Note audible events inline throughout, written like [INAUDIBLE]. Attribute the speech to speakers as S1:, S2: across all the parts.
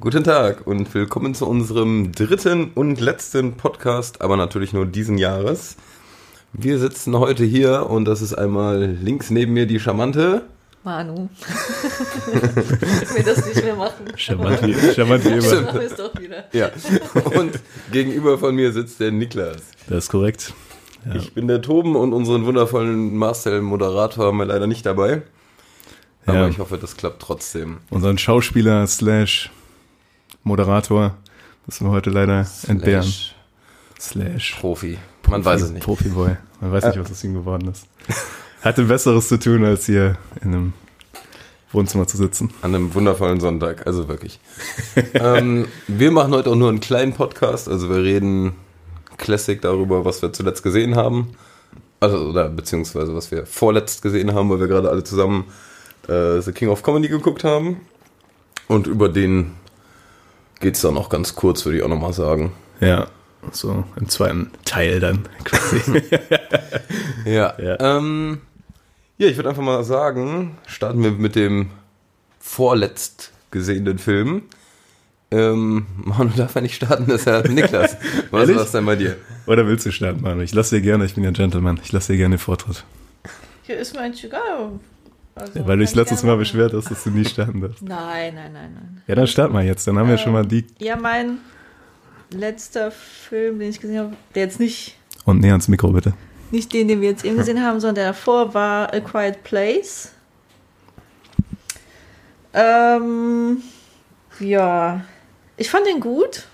S1: Guten Tag und willkommen zu unserem dritten und letzten Podcast, aber natürlich nur diesen Jahres. Wir sitzen heute hier und das ist einmal links neben mir die charmante.
S2: Manu. ich [LAUGHS] will das nicht mehr machen.
S3: Charmant wie, charmant wie
S2: Ich
S3: immer.
S2: mache es doch wieder.
S1: Ja. [LAUGHS] Und gegenüber von mir sitzt der Niklas.
S3: Das ist korrekt. Ja.
S1: Ich bin der Toben und unseren wundervollen Marcel Moderator haben wir leider nicht dabei. Aber
S3: Ja.
S1: ich hoffe, das klappt trotzdem.
S3: Unseren Schauspieler slash Moderator müssen wir heute leider entbehren.
S1: Slash
S3: Slash.
S1: Profi. Man weiß es nicht.
S3: Profiboy. Man weiß nicht, was aus ihm geworden ist. Hatte Besseres zu tun, als hier in einem Wohnzimmer zu sitzen.
S1: An einem wundervollen Sonntag, also wirklich. ähm, wir machen heute auch nur einen kleinen Podcast, also wir reden Classic darüber, was wir zuletzt gesehen haben. Also, oder beziehungsweise was wir vorletzt gesehen haben, weil wir gerade alle zusammen äh, The King of Comedy geguckt haben. Und über den geht's dann auch ganz kurz, würde ich auch nochmal sagen.
S3: Ja, so im zweiten Teil dann quasi.
S1: Ja.
S3: Ja.
S1: Ähm, ja, ich würde einfach mal sagen, starten wir mit dem vorletzt gesehenen Film. Ähm, Manu darf ja nicht starten, deshalb Niklas. [LAUGHS] Was
S3: Ehrlich?
S1: war es denn bei dir?
S3: Oder willst du starten, Manu? Ich lasse dir gerne, ich bin ja Gentleman, ich lasse dir gerne den Vortritt.
S2: Hier ist mein Chicago. Also,
S3: Weil du dich
S2: kann ich
S3: letztes
S2: gerne
S3: Mal
S2: machen.
S3: beschwert hast, dass du nie starten darfst.
S2: Nein, nein, nein, nein.
S3: Ja, dann starten wir jetzt. Dann haben wir schon mal die
S2: Ja, mein letzter Film, den ich gesehen habe, der jetzt nicht,
S3: Und näher ans Mikro, bitte.
S2: nicht den, den wir jetzt eben gesehen haben, sondern der davor war A Quiet Place. Ähm, ja, ich fand den gut.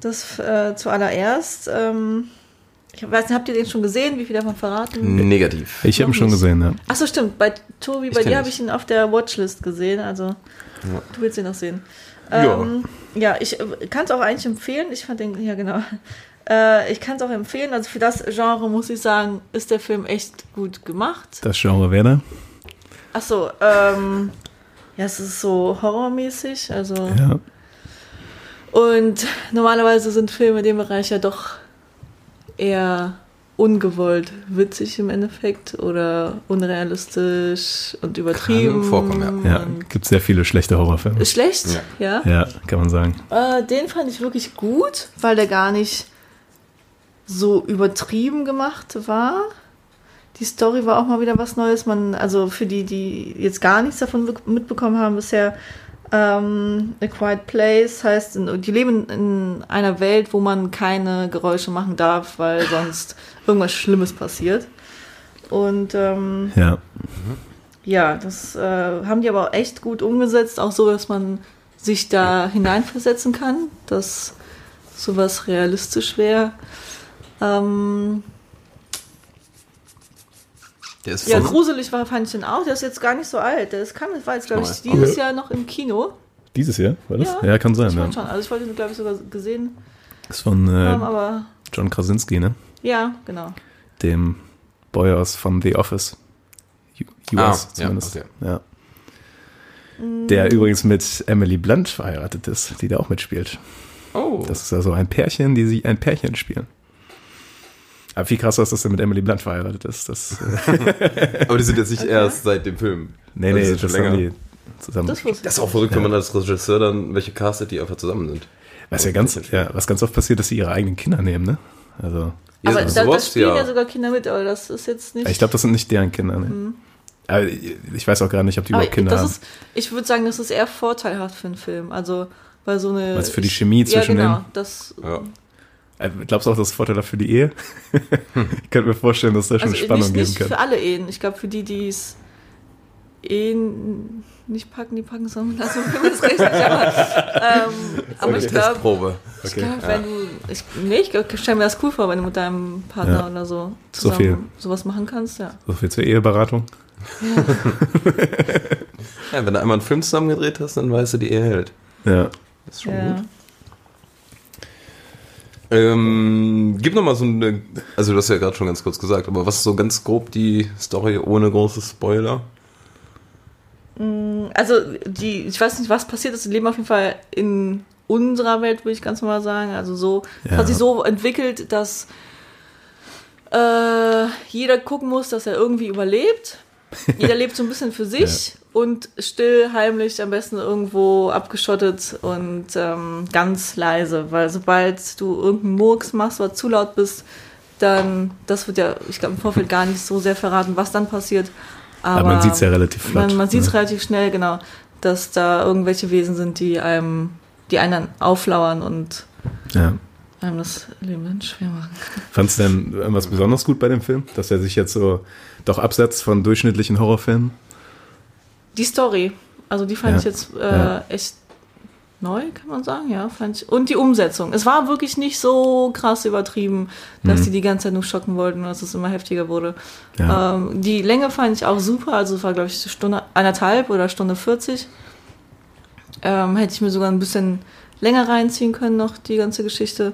S2: Das äh, zuallererst. Ähm, ich weiß nicht, habt ihr den schon gesehen? Wie viel davon verraten?
S1: Negativ.
S3: Ich habe ihn
S2: Noch
S3: schon
S2: nicht.
S3: gesehen, ja.
S2: Achso, stimmt. Bei Tobi, bei
S1: kenn
S2: dir habe
S1: nicht.
S2: ich ihn auf der Watchlist gesehen. Also, du willst ihn noch sehen.
S1: Ja.
S2: Ähm, ja, ich kann es auch eigentlich empfehlen. Ich fand den, ja, genau. [LAUGHS] Äh, ich kann es auch empfehlen. Also, für das Genre muss ich sagen, ist der Film echt gut gemacht.
S3: Das Genre wäre ne? da.
S2: Achso, ähm, ja, es ist so horrormäßig. Also,
S3: Ja.
S2: und normalerweise sind Filme in dem Bereich ja doch eher ungewollt witzig im Endeffekt oder unrealistisch und übertrieben.
S1: vorkommen,
S3: ja. Gibt sehr viele schlechte Horrorfilme.
S2: Ist Schlecht, ja.
S3: Ja, kann man sagen.
S2: Äh, den fand ich wirklich gut, weil der gar nicht so übertrieben gemacht war. Die Story war auch mal wieder was Neues. Man, also für die, die jetzt gar nichts davon be- mitbekommen haben bisher, ähm, A Quiet Place heißt, in, die leben in einer Welt, wo man keine Geräusche machen darf, weil sonst irgendwas Schlimmes passiert. Und ähm,
S3: Ja.
S2: ja, das äh, haben die aber auch echt gut umgesetzt, auch so, dass man sich da hineinversetzen kann, dass sowas realistisch wäre. Ähm,
S1: Der ist
S2: ja,
S1: von-
S2: gruselig war, fand ich den auch. Der ist jetzt gar nicht so alt. Der ist, kam, war jetzt, glaube ich,
S1: Neu.
S2: dieses
S3: Okay.
S2: Jahr noch im Kino.
S3: Dieses Jahr, war das?
S2: Ja.
S3: Ja, kann sein,
S2: Ich
S3: ja.
S2: fand schon. Also ich wollte ihn, glaube ich, sogar gesehen
S3: Ist von
S2: haben,
S3: äh,
S2: aber
S3: John Krasinski, ne?
S2: ja, genau.
S3: Dem Boy aus von The Office. U-
S1: Ah,
S3: US
S1: ja,
S3: zumindest.
S1: okay.
S3: Ja.
S2: Mm.
S3: Der übrigens mit Emily Blunt verheiratet ist, die da auch mitspielt.
S1: Oh.
S3: Das ist also ein Pärchen, die sich ein Pärchen spielen. Aber viel krasser ist, dass er mit Emily Blunt verheiratet ist. Das, äh,
S1: [LAUGHS] aber die sind jetzt nicht erst seit dem Film.
S3: nee,
S1: Also
S3: nee,
S1: sind
S3: das,
S1: schon
S3: haben
S1: länger.
S3: die zusammen.
S2: Das wusste
S1: Das ist auch verrückt, wenn man als Regisseur dann welche castet, die einfach zusammen sind.
S3: Was ja ganz, ja, was ganz oft passiert, dass sie ihre eigenen Kinder nehmen, ne? Also,
S2: ich. Aber
S1: Ja,
S2: da, da
S1: sowas,
S2: spielen ja.
S1: ja.
S2: sogar Kinder mit, aber das ist jetzt nicht.
S3: ich glaube, das sind nicht deren Kinder, ne? Aber ich weiß auch gar nicht, ob die
S2: Mhm. aber
S3: überhaupt Kinder
S2: das
S3: haben.
S2: ist, ich würde sagen, das ist eher vorteilhaft für einen Film. Also, weil so eine.
S3: Was für die Chemie zwischen
S2: ja, genau,
S3: denen?
S2: Das,
S1: Ja.
S3: Äh, Glaubst du auch, das ist Vorteil für die Ehe? [LAUGHS] ich könnte mir vorstellen, dass da schon
S2: Also
S3: Spannung
S2: nicht, nicht
S3: geben
S2: für
S3: kann.
S2: alle Ehen. Ich glaube, für die, die es Ehen nicht packen, die packen es auch mit. Also, wenn man es
S3: [LAUGHS]
S2: richtig aber, ähm, aber ich glaube,
S1: Testprobe.
S2: ich glaub, wenn du. Ich, nee, ich, glaub, ich stelle mir das cool vor, wenn du mit deinem Partner
S3: Ja.
S2: oder so
S3: So
S2: zusammen
S3: viel.
S2: sowas machen kannst, ja.
S3: So viel zur Eheberatung.
S1: Ja, wenn du einmal einen Film zusammen gedreht hast, dann weißt du, die Ehe hält.
S3: Ja.
S1: Das ist schon gut.
S2: ja.
S1: Ähm, gib nochmal so eine, also du hast ja gerade schon ganz kurz gesagt, aber was ist so ganz grob die Story ohne große Spoiler?
S2: Also, die, ich weiß nicht, was passiert ist. Die leben auf jeden Fall in unserer Welt, würde ich ganz normal sagen. Also, so,
S3: Ja.
S2: hat sich so entwickelt,
S3: [LAUGHS]
S2: dass äh, jeder gucken muss, dass er irgendwie überlebt. Jeder lebt so ein bisschen für sich und still, heimlich, am besten irgendwo abgeschottet und ähm, ganz leise, weil sobald du irgendeinen Murks machst oder zu laut bist, dann, das wird ja, ich glaube, im Vorfeld gar nicht so sehr verraten, was dann passiert. Aber,
S3: Aber man sieht es ja relativ flott.
S2: man, man sieht es
S3: ne?
S2: relativ schnell, genau, dass da irgendwelche Wesen sind, die einem, die einen dann auflauern und
S3: ja.
S2: einem das Leben schwer machen.
S4: Fandst du denn irgendwas besonders gut bei dem Film? Dass er sich jetzt so doch absetzt von durchschnittlichen Horrorfilmen?
S2: Die Story, also die fand
S3: Ja,
S2: ich jetzt äh,
S3: ja.
S2: echt neu, kann man sagen, ja, fand ich. Und die Umsetzung. Es war wirklich nicht so krass übertrieben,
S3: Mhm.
S2: dass die die ganze Zeit nur schocken wollten und dass es immer heftiger wurde.
S3: Ja.
S2: Ähm, die Länge fand ich auch super, also es war, glaube ich, Stunde eineinhalb oder Stunde 40. Ähm, hätte ich mir sogar ein bisschen länger reinziehen können, noch die ganze Geschichte.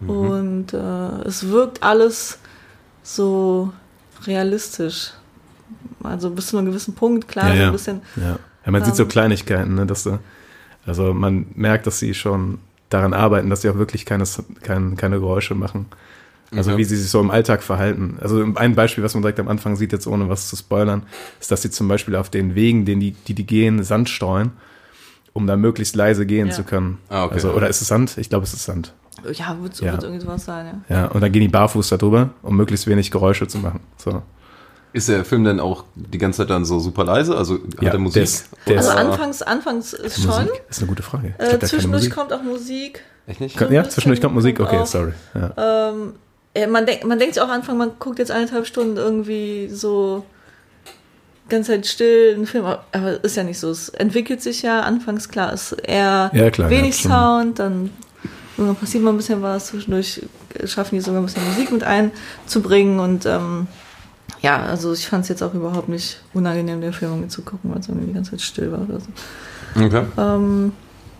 S3: Mhm.
S2: Und äh, es wirkt alles so realistisch. Also bis zu einem gewissen Punkt, klar,
S3: Ja,
S2: so
S3: ja.
S2: ein bisschen
S3: Ja. ja, man
S2: Ähm.
S3: sieht so Kleinigkeiten, ne, dass du, also man merkt, dass sie schon daran arbeiten, dass sie auch wirklich keine, kein, keine Geräusche machen. Also
S1: Ja.
S3: wie sie sich so im Alltag verhalten. Also ein Beispiel, was man direkt am Anfang sieht, jetzt ohne was zu spoilern, ist, dass sie zum Beispiel auf den Wegen, den die, die, die gehen, Sand streuen, um da möglichst leise gehen
S2: Ja.
S3: zu können.
S1: Ah, okay.
S3: also, oder ist es Sand? Ich glaube, es ist Sand.
S2: Ja, wird,
S3: Ja.
S2: wird irgendwie sowas sein, ja.
S3: Ja, und dann gehen die barfuß da drüber, um möglichst wenig Geräusche zu machen. So.
S1: Ist der Film denn auch die ganze Zeit dann so super leise? Also hat
S3: Ja,
S1: er Musik?
S3: der ist- der
S2: Also
S3: ist-
S1: Oder-
S2: anfangs, anfangs ist schon.
S3: Musik ist eine gute Frage. Ich
S2: Äh,
S3: glaub, da keine
S2: zwischendurch
S3: Musik.
S2: kommt auch Musik.
S1: Echt nicht?
S2: kommt-
S3: Ja, zwischendurch kommt Musik.
S2: kommt
S3: Okay,
S2: auch-
S3: sorry. Ja.
S2: Ähm, äh, man, denk, man denkt sich auch am Anfang, man guckt jetzt eineinhalb Stunden irgendwie so ganz halt still einen Film, aber- aber ist ja nicht so. Es entwickelt sich ja anfangs klar, ist eher
S3: Ja, klar,
S2: wenig
S3: ja, schon.
S2: Sound, dann irgendwann passiert mal ein bisschen was, zwischendurch schaffen die sogar ein bisschen Musik mit einzubringen und ähm, ja, also ich fand es jetzt auch überhaupt nicht unangenehm, den Film irgendwie zu gucken, weil es irgendwie die ganze Zeit still war oder so.
S1: Okay.
S2: Ähm,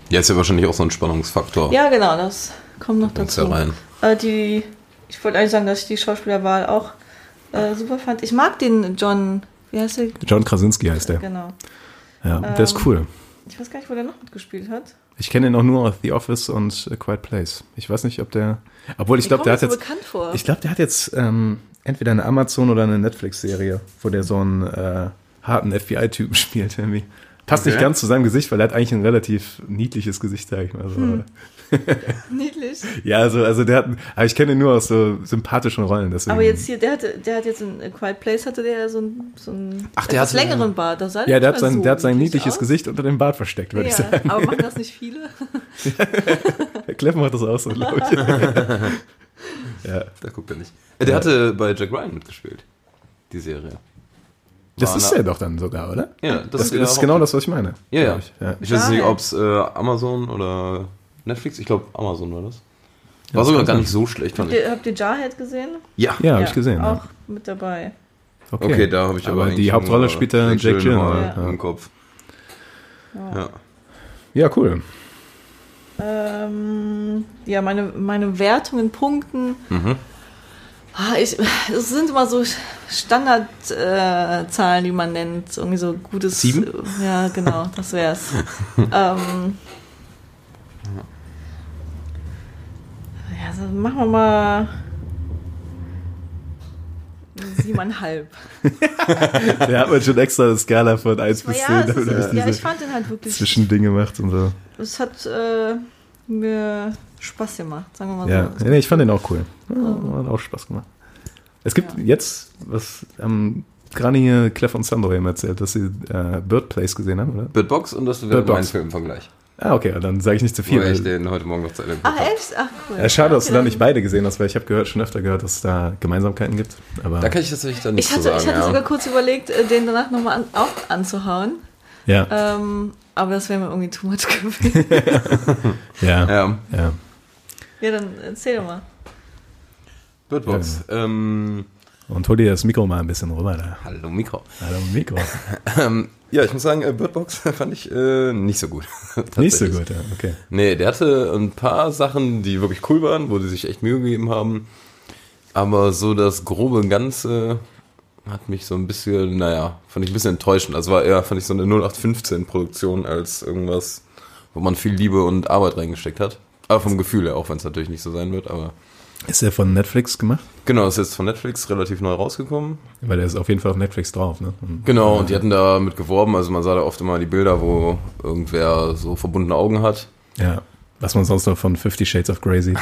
S1: Ja, ist ja wahrscheinlich auch so ein Spannungsfaktor.
S2: Ja, genau, das kommt noch
S1: Bringt's
S2: dazu.
S1: ja rein.
S2: Äh, die, ich wollte eigentlich sagen, dass ich die Schauspielerwahl auch äh, super fand. Ich mag den John, wie heißt der?
S3: John Krasinski heißt der.
S2: Genau.
S3: Ja, der
S2: Ähm.
S3: ist cool.
S2: Ich weiß gar nicht, wo der noch mitgespielt hat.
S3: Ich kenne ihn auch nur aus The Office und A Quiet Place. Ich weiß nicht, ob der. Obwohl, ich glaube, der hat
S2: so
S3: jetzt.
S2: bekannt vor.
S3: Ich glaube, der hat jetzt ähm, entweder eine Amazon- oder eine Netflix-Serie, wo der so einen äh, harten FBI-Typen [LAUGHS] spielt, irgendwie. Passt nicht
S1: Okay.
S3: ganz zu seinem Gesicht, weil er hat eigentlich ein relativ niedliches Gesicht, sag ich mal. So.
S2: Hm. Niedlich.
S3: Ja, also, also der hat. Aber ich kenne ihn nur aus so sympathischen Rollen. Deswegen.
S2: Aber jetzt hier, der, hatte, der hat jetzt in A Quiet Place, hatte der ja so einen, so einen
S1: Ach, der
S2: etwas
S1: hatte-
S2: längeren Bart. Da sah
S3: Ja, der
S2: nicht
S3: hat
S2: mal
S3: sein,
S2: so
S3: der hat sein
S2: niedlich
S3: niedliches
S2: aus.
S3: Gesicht unter dem Bart versteckt, würde ich
S2: Ja,
S3: sagen.
S2: aber machen das nicht
S3: [LAUGHS]
S2: viele?
S3: Herr Kleff macht das auch so,
S2: [LAUGHS]
S3: glaube ich. ja.
S1: Da guckt er nicht. Äh, Der hatte bei Jack Ryan mitgespielt. Die Serie.
S3: Das
S1: War
S3: ist
S1: eine-
S3: er doch dann sogar, oder?
S1: Ja, das
S3: das,
S1: ist der
S3: das ist genau das, was ich meine.
S1: Ja, ja.
S3: glaub Ich. ja.
S1: Ich weiß nicht,
S2: Geil.
S1: ob es äh, Amazon oder Netflix, ich glaube Amazon war das. War sogar gar nicht so schlecht, fand
S2: Habt
S1: ich.
S2: ihr, habt ihr Jarhead gesehen?
S1: Ja.
S3: Ja, habe ich gesehen.
S2: Auch
S3: Ja.
S2: mit dabei.
S1: Okay, da habe ich aber,
S3: aber
S1: eigentlich
S3: die Hauptrolle
S1: nur
S3: spielt der Jake Gyllenhaal.
S1: Gyllenhaal
S3: Ja.
S1: im Kopf. Ja.
S3: ja, cool.
S2: Ähm, ja, meine, meine Wertung in Punkten.
S1: Mhm.
S2: Ah, Ich, es sind immer so Standardzahlen, äh, Zahlen, die man nennt. Irgendwie so gutes.
S1: Sieben?
S2: Ja, genau, das
S3: [LAUGHS]
S2: wär's. ähm, ja, so machen wir mal. Siebeneinhalb.
S3: Der hat man schon extra eine Skala von 1 bis 10,
S2: Ja, es
S3: damit er
S2: ist, ja, ich
S3: diese
S2: fand den halt wirklich.
S3: Zwischendinge macht und so.
S2: Es hat äh, mir Spaß gemacht, sagen wir mal
S3: Ja,
S2: so.
S3: nee, ich fand den auch cool. Ja, hat auch Spaß gemacht. Es gibt jetzt, was ähm, gerade hier Clef und Sandro eben erzählt, dass sie äh, Bird Place gesehen haben, oder?
S1: Bird Box und das wäre
S3: Bird Box.
S1: mein Film im Vergleich.
S3: Ah, okay, dann sage ich nicht zu viel.
S1: Weil ich
S3: weil-
S1: den heute Morgen noch zu Ende geguckt
S2: Ach,
S1: habe.
S2: Ah, echt? Ach, cool.
S3: Ja, schade, dass du
S2: Okay,
S3: da
S2: dann-
S3: nicht beide gesehen hast, weil ich habe gehört, schon öfter gehört, dass es da Gemeinsamkeiten gibt. Aber
S1: Da kann ich tatsächlich dann nicht
S2: Ich hatte,
S1: zu sagen.
S2: ich hatte
S1: ja.
S2: sogar kurz überlegt, äh, den danach nochmal an, auch anzuhauen.
S3: ja,
S2: Ähm, aber das wäre mir irgendwie too much [LAUGHS] gewesen.
S3: ja, ja,
S1: ja.
S3: ja.
S2: ja, dann erzähl doch mal.
S1: Bird Box. Ähm,
S3: Und hol dir das Mikro mal ein bisschen rüber da.
S1: hallo Mikro. [LAUGHS]
S3: Hallo Mikro.
S1: Ähm, ja, ich muss sagen, äh, Bird Box [LAUGHS] fand ich äh, nicht so gut. [LAUGHS]
S3: Nicht so
S1: Tatsächlich.
S3: gut, ja, okay.
S1: Nee, der hatte ein paar Sachen, die wirklich cool waren, wo die sich echt Mühe gegeben haben. Aber so das grobe Ganze hat mich so ein bisschen, naja, fand ich ein bisschen enttäuschend. Also war eher, fand ich so eine 0815-Produktion als irgendwas, wo man viel Liebe und Arbeit reingesteckt hat. Aber vom Gefühl her, auch wenn es natürlich nicht so sein wird, aber
S3: Ist er von Netflix gemacht?
S1: Genau, ist jetzt von Netflix relativ neu rausgekommen.
S3: Weil der ist auf jeden Fall auf Netflix drauf, ne? Und
S1: Genau, und die hatten da mit geworben. Also man sah da oft immer die Bilder, wo irgendwer so verbundene Augen hat.
S3: Ja. Was man sonst noch von Fifty Shades of
S1: [LAUGHS]
S3: Grey sieht.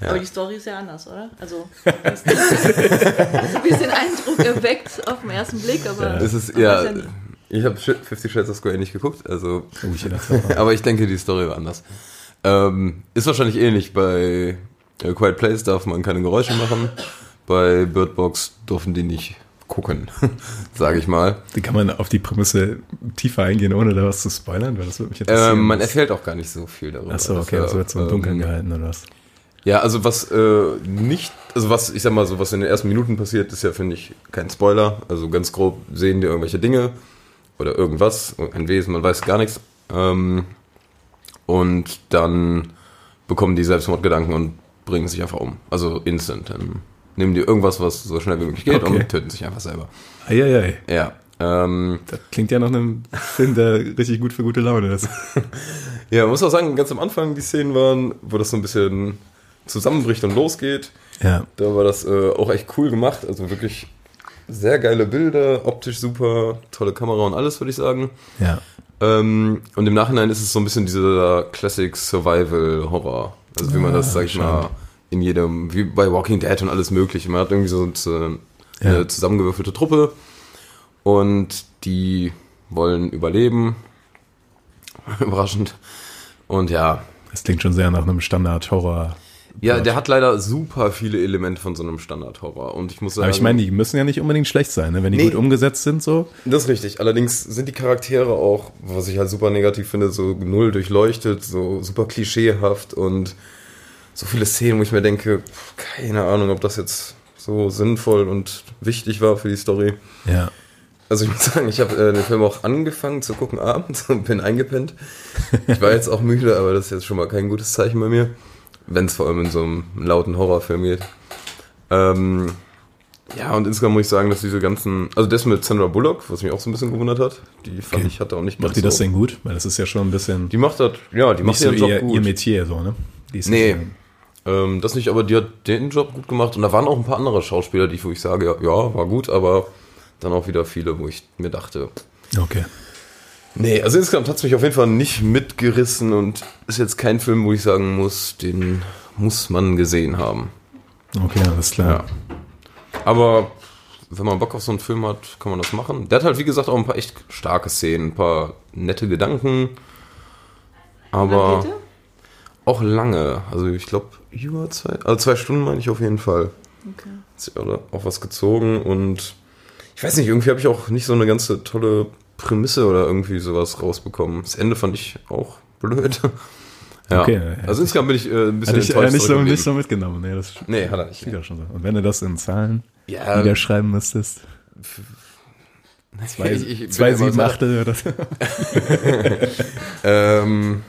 S2: Aber die Story ist ja anders, oder?
S3: [LAUGHS]
S2: Also, das hat so ein bisschen Eindruck erweckt auf den ersten Blick, aber.
S1: Es ist
S2: man weiß
S1: ja.
S2: ja nie.
S1: Ich habe 50 Shades of Grey nicht geguckt, also.
S3: Oh,
S1: [LAUGHS]
S3: ich dachte, das war-
S1: Aber ich denke, die Story war anders. Ähm, ist wahrscheinlich ähnlich. Bei äh, Quiet Place darf man keine Geräusche machen. Bei Bird Box dürfen die nicht gucken, [LAUGHS] sage ich mal.
S3: Wie kann man auf die Prämisse tiefer eingehen, ohne da was zu spoilern? Weil das würde mich interessieren.
S1: Ähm, man erfährt auch gar nicht so viel darüber.
S3: Achso, okay, das wird so im
S1: ähm,
S3: Dunkeln gehalten oder was?
S1: Ja, also was äh, nicht, also was, ich sag mal so, was in den ersten Minuten passiert, ist ja, finde ich, kein Spoiler. Also ganz grob sehen wir irgendwelche Dinge oder irgendwas, ein Wesen, man weiß gar nichts. Ähm, und dann bekommen die Selbstmordgedanken und bringen sich einfach um. Also instant. Dann nehmen die irgendwas, was so schnell wie möglich geht
S3: Okay.
S1: und töten sich einfach selber.
S3: Eieiei.
S1: Ja. Ähm,
S3: Das klingt ja nach einem Film, der richtig gut für gute Laune
S1: [LAUGHS]
S3: ist.
S1: ja, man muss auch sagen, ganz am Anfang die Szenen waren, wo das so ein bisschen zusammenbricht und losgeht.
S3: Ja.
S1: Da war das äh, auch echt cool gemacht. Also wirklich sehr geile Bilder, optisch super, tolle Kamera und alles, würde ich sagen.
S3: Ja.
S1: Ähm, und im Nachhinein ist es so ein bisschen dieser Classic Survival Horror. Also wie
S3: Ah,
S1: man das, sag ich mal, in jedem, wie bei Walking Dead und alles Mögliche. Man hat irgendwie so eine, eine
S3: Ja.
S1: zusammengewürfelte Truppe und die wollen überleben. [LAUGHS] Überraschend. Und ja,
S3: Das klingt schon sehr nach einem Standard-Horror.
S1: ja, der hat leider super viele Elemente von so einem Standard-Horror. Und ich muss sagen,
S3: Aber ich meine, die müssen ja nicht unbedingt schlecht sein, ne? wenn die
S1: Also Nee.
S3: gut umgesetzt sind, so.
S1: Das ist richtig. Allerdings sind die Charaktere auch, was ich halt super negativ finde, so null durchleuchtet, so super klischeehaft und so viele Szenen, wo ich mir denke, pff, keine Ahnung, ob das jetzt so sinnvoll und wichtig war für die Story.
S3: Ja.
S1: Also ich muss sagen, ich habe äh, den Film auch angefangen zu gucken abends und bin eingepennt. Ich war jetzt auch müde, aber das ist jetzt schon mal kein gutes Zeichen bei mir, wenn es vor allem in so einem lauten Horrorfilm geht. Ähm, ja, und insgesamt muss ich sagen, dass diese ganzen, also das mit Sandra Bullock, was mich auch so ein bisschen gewundert hat, die fand
S3: Okay.
S1: ich hatte auch nicht
S3: Macht die
S1: so.
S3: das denn gut? Weil das ist ja schon ein bisschen
S1: Die macht das, ja, die macht
S3: nicht so
S1: ihren Job
S3: ihr,
S1: gut.
S3: ihr Metier, so, ne? Die ist
S1: Nee.
S3: ja-
S1: Ähm, das nicht, aber die hat den Job gut gemacht. Und da waren auch ein paar andere Schauspieler, die ich, wo ich sage, ja, ja, war gut, aber dann auch wieder viele, wo ich mir dachte,
S3: Okay.
S1: Nee, also insgesamt hat es mich auf jeden Fall nicht mitgerissen und ist jetzt kein Film, wo ich sagen muss, den muss man gesehen haben.
S3: Okay, alles klar.
S1: Aber wenn man Bock auf so einen Film hat, kann man das machen. Der hat halt, wie gesagt, auch ein paar echt starke Szenen, ein paar nette Gedanken. Aber
S2: Bitte?
S1: auch lange. Also ich glaube, über zwei, also zwei Stunden meine ich auf jeden Fall.
S2: Okay.
S1: Hat Oder auch was gezogen und ich weiß nicht, irgendwie habe ich auch nicht so eine ganze tolle Prämisse oder irgendwie sowas rausbekommen. Das Ende fand ich auch blöd. [LAUGHS] Ja.
S3: Okay,
S1: also insgesamt bin ich äh, ein bisschen
S3: Hatte ich äh, nicht, so,
S1: zurückgeblieben.
S3: nicht so mitgenommen. Nee, das
S1: Nee, hat er nicht.
S3: steht ja schon so. Und wenn du das in Zahlen
S1: Ja,
S3: niederschreiben müsstest,
S1: [LAUGHS] ich- ich bin
S3: zwei,
S1: ja mal
S3: sieben,
S1: so-
S3: Achtel
S1: [LAUGHS]
S3: oder so.
S1: Ähm,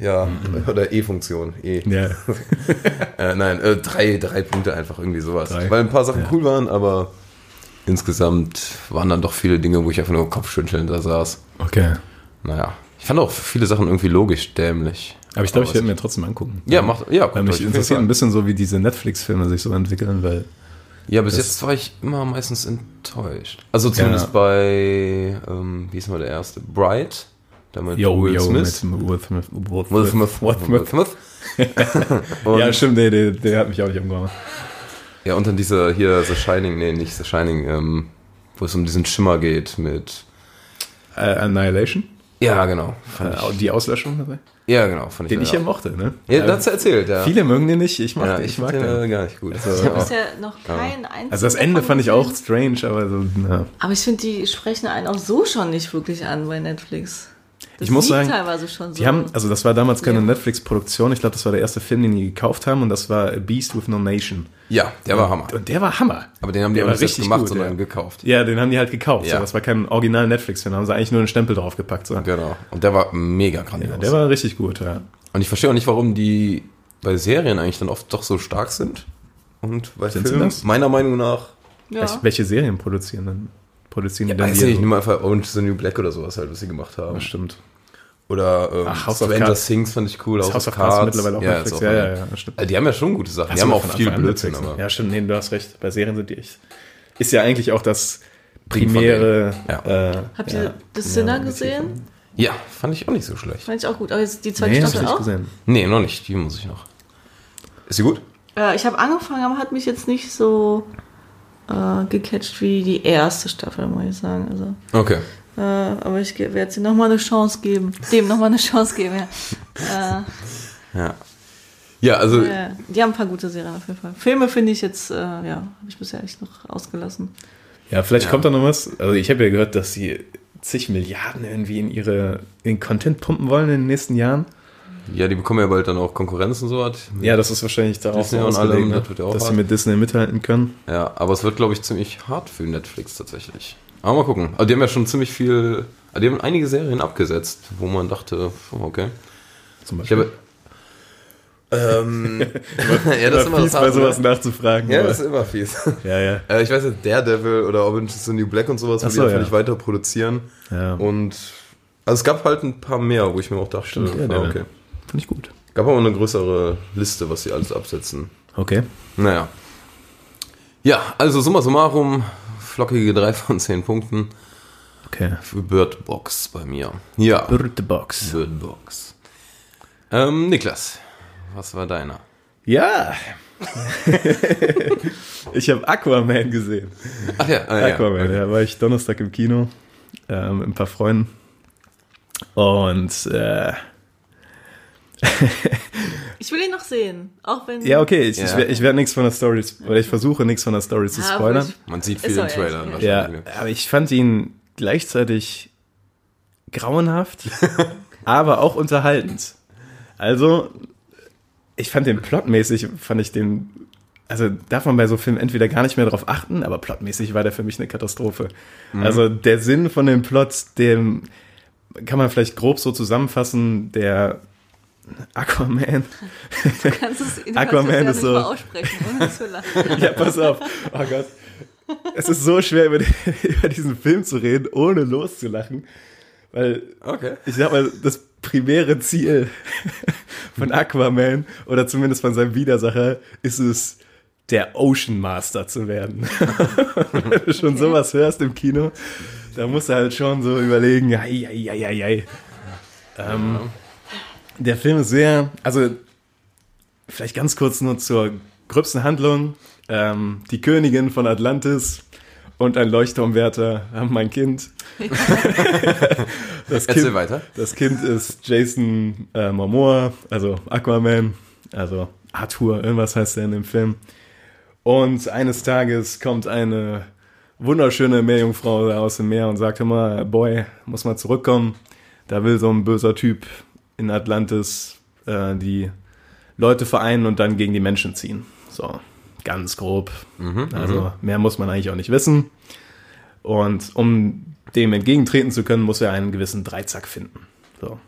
S1: ja, oder E-Funktion. E.
S3: Mhm. Ja,
S1: Äh, nein, äh, drei, drei Punkte einfach irgendwie sowas.
S3: Drei.
S1: Weil ein paar Sachen
S3: Ja.
S1: cool waren, aber insgesamt waren dann doch viele Dinge, wo ich einfach nur Kopfschütteln da saß.
S3: okay.
S1: Naja. Ich fand auch viele Sachen irgendwie logisch dämlich.
S3: Aber ich glaube, ich
S1: es-
S3: werde mir trotzdem angucken.
S1: Ja, macht. Ja,
S3: Weil
S1: guckt euch auf
S3: mich
S1: jeden
S3: interessiert
S1: Fall
S3: ein
S1: an.
S3: bisschen so, wie diese Netflix-Filme sich so entwickeln, weil
S1: Ja, bis
S3: das-
S1: jetzt war ich immer meistens enttäuscht. Also zumindest bei, ähm, wie ist mal der erste? Bright. Damit Will Smith.
S3: mit Will Smith. Will
S1: Will Smith.
S3: Will
S1: Will
S3: Smith.
S1: Smith.
S3: [LAUGHS]
S1: Und,
S3: Ja,
S1: ja,
S3: stimmt, nee, der, der hat mich auch nicht umgehauen.
S1: und dann dieser hier, The Shining, nee, nicht The Shining, ähm, wo es um diesen Schimmer geht mit.
S3: Äh, Annihilation?
S1: Ja, genau. Fand
S3: Äh, die Auslöschung dabei?
S1: ich, ja, genau. Fand
S3: Den
S1: ich,
S3: ich ja mochte, ne?
S1: Ja,
S3: Ähm,
S1: das erzählt, ja.
S3: Viele mögen den nicht, ich mag
S1: ja,
S3: den, ich,
S1: ich
S3: mag
S1: fand den
S3: den.
S1: äh, gar nicht gut.
S2: Ich habe bisher noch keinen einzigen.
S3: Also das Ende
S2: davon
S3: fand ich auch
S2: gesehen.
S3: strange, aber so, na.
S2: Aber ich finde, die sprechen einen auch so schon nicht wirklich an bei Netflix. Das
S3: Ich muss
S2: liegt
S3: sagen,
S2: teilweise schon so.
S3: Die haben, also das war damals keine
S2: Ja.
S3: Netflix-Produktion, ich glaube, das war der erste Film, den die gekauft haben und das war A Beast with No Nation.
S1: ja, der war Hammer.
S3: Und der war Hammer.
S1: Aber den haben die
S3: Der
S1: auch
S3: war
S1: nicht selbst
S3: richtig
S1: gemacht,
S3: gut,
S1: sondern
S3: ja.
S1: gekauft.
S3: Ja, den haben die halt gekauft.
S1: Ja.
S3: So, das war kein original Netflix-Film, da haben sie eigentlich nur einen Stempel draufgepackt. So.
S1: Genau. Und der war mega grandios.
S3: Ja, der war richtig gut, ja.
S1: Und ich verstehe auch nicht, warum die bei Serien eigentlich dann oft doch so stark sind. Und bei
S3: Sind sie
S1: Filmen,
S3: das?
S1: meiner Meinung nach,
S2: ja.
S3: Welche, welche Serien produzieren dann? Produzieren die dann
S1: weiß
S3: die
S1: ich nicht,
S3: so?
S1: nimm mal einfach Orange is the New Black oder sowas halt, was sie gemacht haben.
S3: Stimmt.
S1: Oder ähm,
S3: Ach, House of
S1: Stranger
S3: Cards.
S1: Things fand ich cool.
S3: Das House of Cards mittlerweile auch
S1: ja,
S3: Netflix.
S1: ist
S3: Ja,
S1: meine-
S3: ja, ja, stimmt.
S1: Also, die haben ja schon gute Sachen.
S3: Ach
S1: Die
S3: so,
S1: haben auch
S3: von
S1: viel
S3: Anfang an
S1: Blödsinn,
S3: Netflix, ne?
S1: aber.
S3: Ja, stimmt, nee, du hast recht. Bei Serien sind die echt. Ist ja eigentlich auch das
S1: Ding von
S3: primäre.
S1: denen.
S3: Äh,
S2: Habt
S3: ja.
S2: ihr The Sinner
S3: mit
S2: gesehen?
S1: Ja, fand ich auch nicht so schlecht.
S2: Fand ich auch gut. Aber jetzt die zweite
S3: Nee, hab ich
S2: Staffel
S3: nicht
S2: auch.
S3: gesehen.
S1: Nee, noch nicht. Die muss ich noch. Ist sie gut?
S2: Äh, ich habe angefangen, aber hat mich jetzt nicht so äh, gecatcht wie die erste Staffel, muss ich sagen. Also,
S1: Okay.
S2: äh, aber ich werde sie nochmal eine Chance geben. Dem nochmal eine Chance geben, ja. Äh,
S1: Ja. Ja, also
S2: Ja, die haben ein paar gute Serien auf jeden Fall. Filme finde ich jetzt, äh, ja, habe ich bisher echt noch ausgelassen.
S3: Ja, vielleicht kommt da noch was. Also ich habe ja gehört, dass sie zig Milliarden irgendwie in ihre in Content pumpen wollen in den nächsten Jahren.
S1: Ja, die bekommen ja bald dann auch Konkurrenz und so was.
S3: Ja, das ist wahrscheinlich darauf
S1: Disney und allem,
S3: ausgelegt, ne?
S1: das wird ja auch
S3: dass sie
S1: hart.
S3: mit Disney mithalten können.
S1: Ja, aber es wird, glaube ich, ziemlich hart für Netflix tatsächlich. Aber mal gucken. Also die haben ja schon ziemlich viel. Also die haben einige Serien abgesetzt, wo man dachte, oh, okay.
S3: Zum
S1: Ich habe. Ähm, [LAUGHS]
S3: [LAUGHS]
S1: ja, das ist immer das
S3: fies, bei
S1: Harte,
S3: sowas
S1: ne?
S3: nachzufragen.
S1: Ja,
S3: aber-
S1: das ist immer fies.
S3: ja, ja.
S1: [LAUGHS] Äh, ich weiß jetzt, Daredevil oder Orange is the New Black und sowas, wo
S3: Ach
S1: die
S3: so,
S1: natürlich
S3: ja.
S1: weiter produzieren.
S3: ja.
S1: Und. Also es gab halt ein paar mehr, wo ich mir auch dachte,
S3: Stimmt,
S1: ah,
S3: Daredevil.
S1: okay.
S3: Finde ich gut.
S1: Gab aber eine größere Liste, was sie alles absetzen.
S3: Okay.
S1: Naja. Ja, also summa summarum, flockige 3 von 10 Punkten
S3: Okay.
S1: für Bird Box bei mir. Ja,
S3: Bird Box.
S1: Bird Box. Ähm, Niklas, was war deiner?
S3: Ja. [LAUGHS] ich habe Aquaman gesehen.
S1: Ach ja, ah, ja.
S3: Aquaman, ja, war ich Donnerstag im Kino äh, mit ein paar Freunden. Und äh,
S2: Ich will ihn noch sehen, auch wenn.
S3: ja, okay, ich, ich,
S1: Ja.
S3: wer- ich werde nichts von der Story, sp- oder ich versuche nichts von der Story zu
S2: Ja,
S3: spoilern.
S1: Man sieht
S2: Ist
S1: viel in
S2: doch
S1: Trailern
S2: echt,
S3: Ja,
S1: wahrscheinlich.
S3: aber ich fand ihn gleichzeitig grauenhaft, [LAUGHS] aber auch unterhaltend. Also, ich fand den plotmäßig, fand ich den, also darf man bei so Filmen entweder gar nicht mehr drauf achten, aber plotmäßig war der für mich eine Katastrophe. Also der Sinn von dem Plot, dem kann man vielleicht grob so zusammenfassen, der Aquaman
S2: Du kannst es, du kannst es
S3: Aquaman
S2: ja
S3: ist
S2: nicht
S3: so-
S2: mal aussprechen, ohne zu lachen.
S3: [LAUGHS] Ja, pass auf. Oh Gott. Es ist so schwer, über, [LAUGHS] den, über diesen Film zu reden, ohne loszulachen. Weil,
S1: Okay.
S3: ich sag mal, das primäre Ziel von Aquaman oder zumindest von seinem Widersacher ist es, der Ocean Master zu werden. [LAUGHS] Und Wenn du schon sowas hörst im Kino, da musst du halt schon so überlegen, ei, ei, ei, ei, ei. Ähm, der Film ist sehr, also vielleicht ganz kurz nur zur gröbsten Handlung. Ähm, die Königin von Atlantis und ein Leuchtturmwärter haben ein Kind. das
S1: Erzähl
S3: kind,
S1: weiter.
S3: das Kind ist Jason äh, Momoa, also Aquaman, also Arthur, irgendwas heißt er in dem Film. Und eines Tages kommt eine wunderschöne Meerjungfrau da aus dem Meer und sagt immer, Boy, muss mal zurückkommen. Da will so ein böser Typ in Atlantis äh, die Leute vereinen und dann gegen die Menschen ziehen. So, ganz grob. also mehr muss man eigentlich auch nicht wissen. Und um dem entgegentreten zu können, muss er einen gewissen Dreizack finden. So.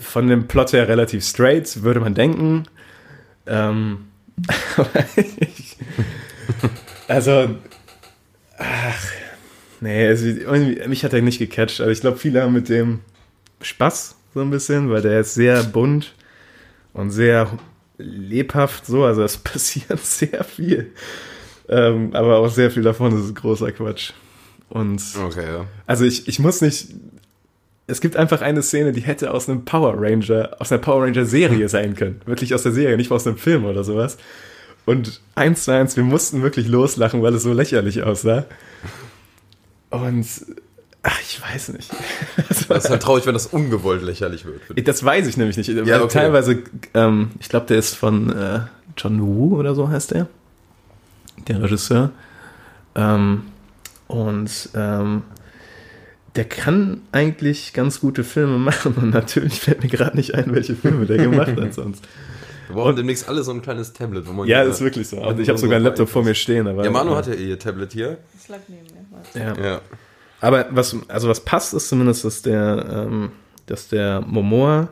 S3: Von dem Plot her relativ straight, würde man denken. Ähm, [LAUGHS] ich, also, ach, nee, also, irgendwie- mich hat er nicht gecatcht. Also ich glaube, viele haben mit dem Spaß so ein bisschen, weil der ist sehr bunt und sehr lebhaft so. Also es [LAUGHS] passiert sehr viel. Ähm, aber auch sehr viel davon ist großer Quatsch. Und
S1: Okay, ja.
S3: also ich, ich muss nicht. Es gibt einfach eine Szene, die hätte aus einem Power Ranger, aus einer Power Ranger-Serie sein können. Wirklich aus der Serie, nicht aus einem Film oder sowas. Und eins zu eins, wir mussten wirklich loslachen, weil es so lächerlich aussah. Und ach, ich weiß nicht. Das war-
S1: Das ist halt traurig, wenn das ungewollt lächerlich wird.
S3: das weiß ich nämlich nicht.
S1: Ja, okay.
S3: Teilweise, ähm, ich glaube, der ist von äh, John Woo oder so heißt der. Der Regisseur. Ähm, und ähm, der kann eigentlich ganz gute Filme [LAUGHS] machen. Und natürlich fällt mir gerade nicht ein, welche Filme der gemacht hat sonst.
S1: Wir brauchen demnächst alle so ein kleines Tablet. Wo man
S3: [LAUGHS] Ja,
S1: äh,
S3: ist wirklich so. Und
S1: mit
S3: ich habe
S1: so
S3: sogar einen Laptop vor mir
S1: beeinflusst.
S3: stehen. Aber,
S1: Ja, Manu hat ja eh ihr Tablet hier.
S2: Das lag neben mir. warte.
S3: Ja.
S1: Ja.
S3: Aber was, also was passt, ist zumindest, dass der, ähm, dass der Momoa,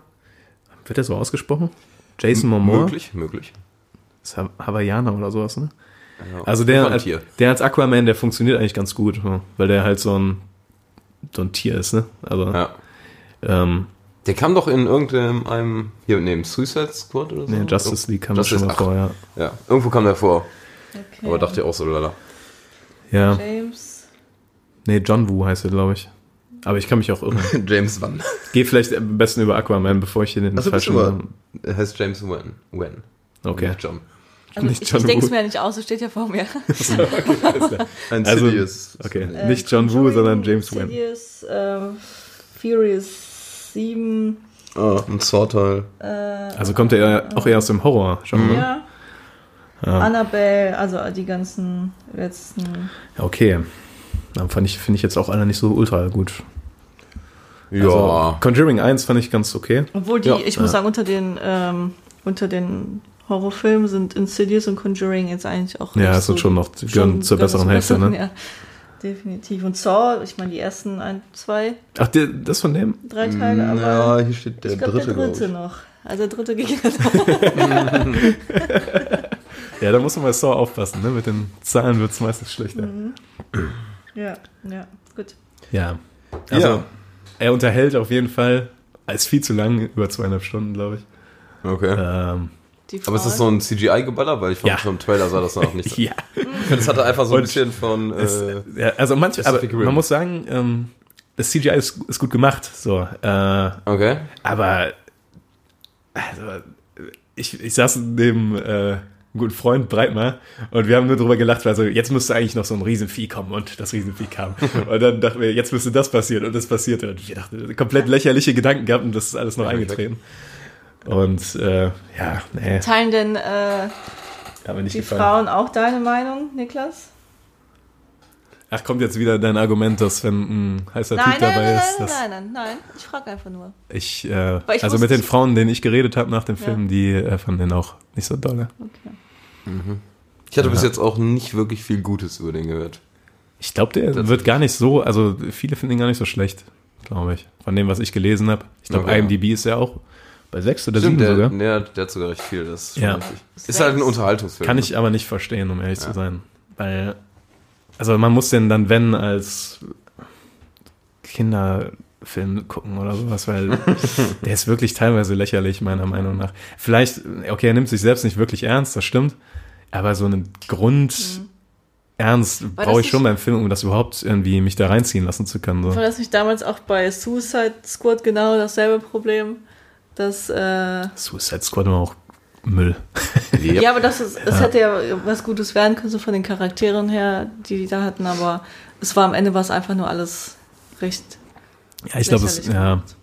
S3: wird der so ausgesprochen? Jason Momoa?
S1: Möglich, möglich.
S3: Ist Ha- Hawaiianer oder sowas, ne?
S1: Ja.
S3: Also
S1: Einfach
S3: der,
S1: ein Tier.
S3: der als Aquaman, der funktioniert eigentlich ganz gut, ne? weil der halt so ein, so ein Tier ist, ne? Also,
S1: Ja.
S3: ähm,
S1: Der kam doch in irgendeinem, einem, hier neben Suicide Squad oder so?
S3: Nee, Justice League kam das schon
S1: Justice-
S3: mal
S1: ach,
S3: vor, ja.
S1: Ja, irgendwo kam der vor.
S2: Okay.
S1: Aber dachte ich auch so, lala.
S3: Ja,
S2: James.
S3: nee, John Woo heißt er, glaube ich. Aber ich kann mich
S1: [LAUGHS]
S3: auch irren.
S1: [LAUGHS] James Wan.
S3: Geh vielleicht am besten über Aquaman, bevor ich hier den
S1: Achso, bist
S3: falschen
S1: du mal.
S3: Namen.
S1: Er heißt James Wan. Wan.
S3: Okay.
S1: Nicht John.
S2: Also
S3: Nicht
S2: ich
S3: John
S2: ich denke es
S3: Woo.
S2: mir ja nicht aus, es steht ja vor mir.
S1: Ein
S3: Also-
S1: Sidious.
S3: Okay.
S2: Ähm, Äh.
S3: Nicht John Woo, sondern James Wan.
S2: Sidious, äh, Furious 7.
S1: Ah, ein Zorteil.
S2: Äh, also,
S3: Also kommt er eher- auch eher aus dem Horror-Genre.
S2: ja. Annabelle, also die ganzen letzten.
S3: Okay. Dann fand ich, finde ich jetzt auch alle nicht so ultra gut.
S1: Ja.
S3: Also, Conjuring 1 fand ich ganz okay.
S2: Obwohl die,
S1: Ja.
S2: ich muss sagen, unter den, ähm, unter den Horrorfilmen sind Insidious und Conjuring jetzt eigentlich auch
S3: Ja,
S2: nicht
S3: es sind schon noch die gehören zur
S2: gehören
S3: besseren Hälfte,
S2: besseren, [LAUGHS]
S3: ne?
S2: Ja, definitiv. Und Saw, ich meine die ersten ein, zwei,
S3: Ach, der, das von dem?
S2: drei Teile, aber
S1: mm, ja, hier steht der
S2: ich glaube
S1: dritte,
S2: der
S1: glaub
S2: dritte
S1: ich.
S2: noch. Also der dritte ging [LAUGHS]
S3: Ja, da muss man bei Saw aufpassen, ne? Mit den Zahlen wird es meistens schlechter.
S2: Ja, ja, gut.
S3: Ja. Also,
S1: Ja.
S3: er unterhält auf jeden Fall. Ist viel zu lang, über zweieinhalb Stunden, glaube ich.
S1: Okay.
S3: Ähm,
S2: Die Frau,
S1: Aber ist das so ein CGI-Geballer? Weil ich fand,
S3: Ja.
S1: vom Trailer sah das [LAUGHS] noch nicht so.
S3: ja.
S1: Das hatte einfach so ein
S3: Und
S1: bisschen von.
S3: Es,
S1: Äh,
S3: ja, also manche, aber
S1: Pacific Rim.
S3: man muss sagen, ähm, das CGI ist, ist gut gemacht, so. Äh,
S1: okay.
S3: aber also, ich, ich saß neben äh, einem guten Freund Breitmar und wir haben nur drüber gelacht, also jetzt müsste eigentlich noch so ein Riesenvieh kommen und das Riesenvieh kam. Und dann dachten wir, jetzt müsste das passieren und das passierte. Und wir dachten, komplett lächerliche Gedanken gehabt und das ist alles noch eingetreten. Und äh, ja, nee,
S2: Teilen denn äh,
S3: hat mir nicht
S2: die
S3: gefallen.
S2: Frauen auch deine Meinung, Niklas?
S3: Ach, kommt jetzt wieder dein Argument, dass wenn ein heißer
S2: Nein,
S3: Typ
S2: nein,
S3: dabei
S2: nein,
S3: ist,
S2: nein,
S3: dass
S2: nein, nein, nein. Ich frage einfach nur.
S3: Ich, äh,
S2: Weil ich
S3: also
S2: wusste-
S3: mit den Frauen, denen ich geredet habe nach dem Film, die äh, fanden den auch nicht so dolle.
S2: Okay.
S1: Ich hatte bis jetzt auch nicht wirklich viel Gutes über den gehört.
S3: Ich glaube, der wird gar nicht so, also viele finden ihn gar nicht so schlecht, glaube ich. Von dem, was ich gelesen habe. Ich glaube,
S1: Okay.
S3: IMDb ist ja auch bei sechs oder sieben
S1: der,
S3: sogar.
S1: der, der hat sogar recht viel. Das ist, schon
S3: Ja.
S1: richtig. ist halt ein Unterhaltungsfilm.
S3: Kann ich aber nicht verstehen, um ehrlich zu sein. Weil, also man muss den dann, wenn, als Kinderfilm gucken oder sowas, weil der ist wirklich teilweise lächerlich, meiner Meinung nach. Vielleicht, okay, er nimmt sich selbst nicht wirklich ernst, das stimmt, aber so einen Grund. Ernst
S2: War das
S3: brauche ich schon
S2: nicht-
S3: beim Film, um das überhaupt irgendwie mich da reinziehen lassen zu können.
S2: War
S3: So.
S2: das nicht damals auch bei Suicide Squad genau dasselbe Problem? Dass, äh,
S3: Suicide Squad war auch Müll.
S1: Yep.
S2: Ja, aber das, ist, das hätte ja was Gutes werden können, so von den Charakteren her, die die da hatten, aber es war am Ende war es einfach nur alles recht.
S3: [LAUGHS] Ja, ich glaube, es,
S2: Lächerlich
S3: ja.
S2: gemacht.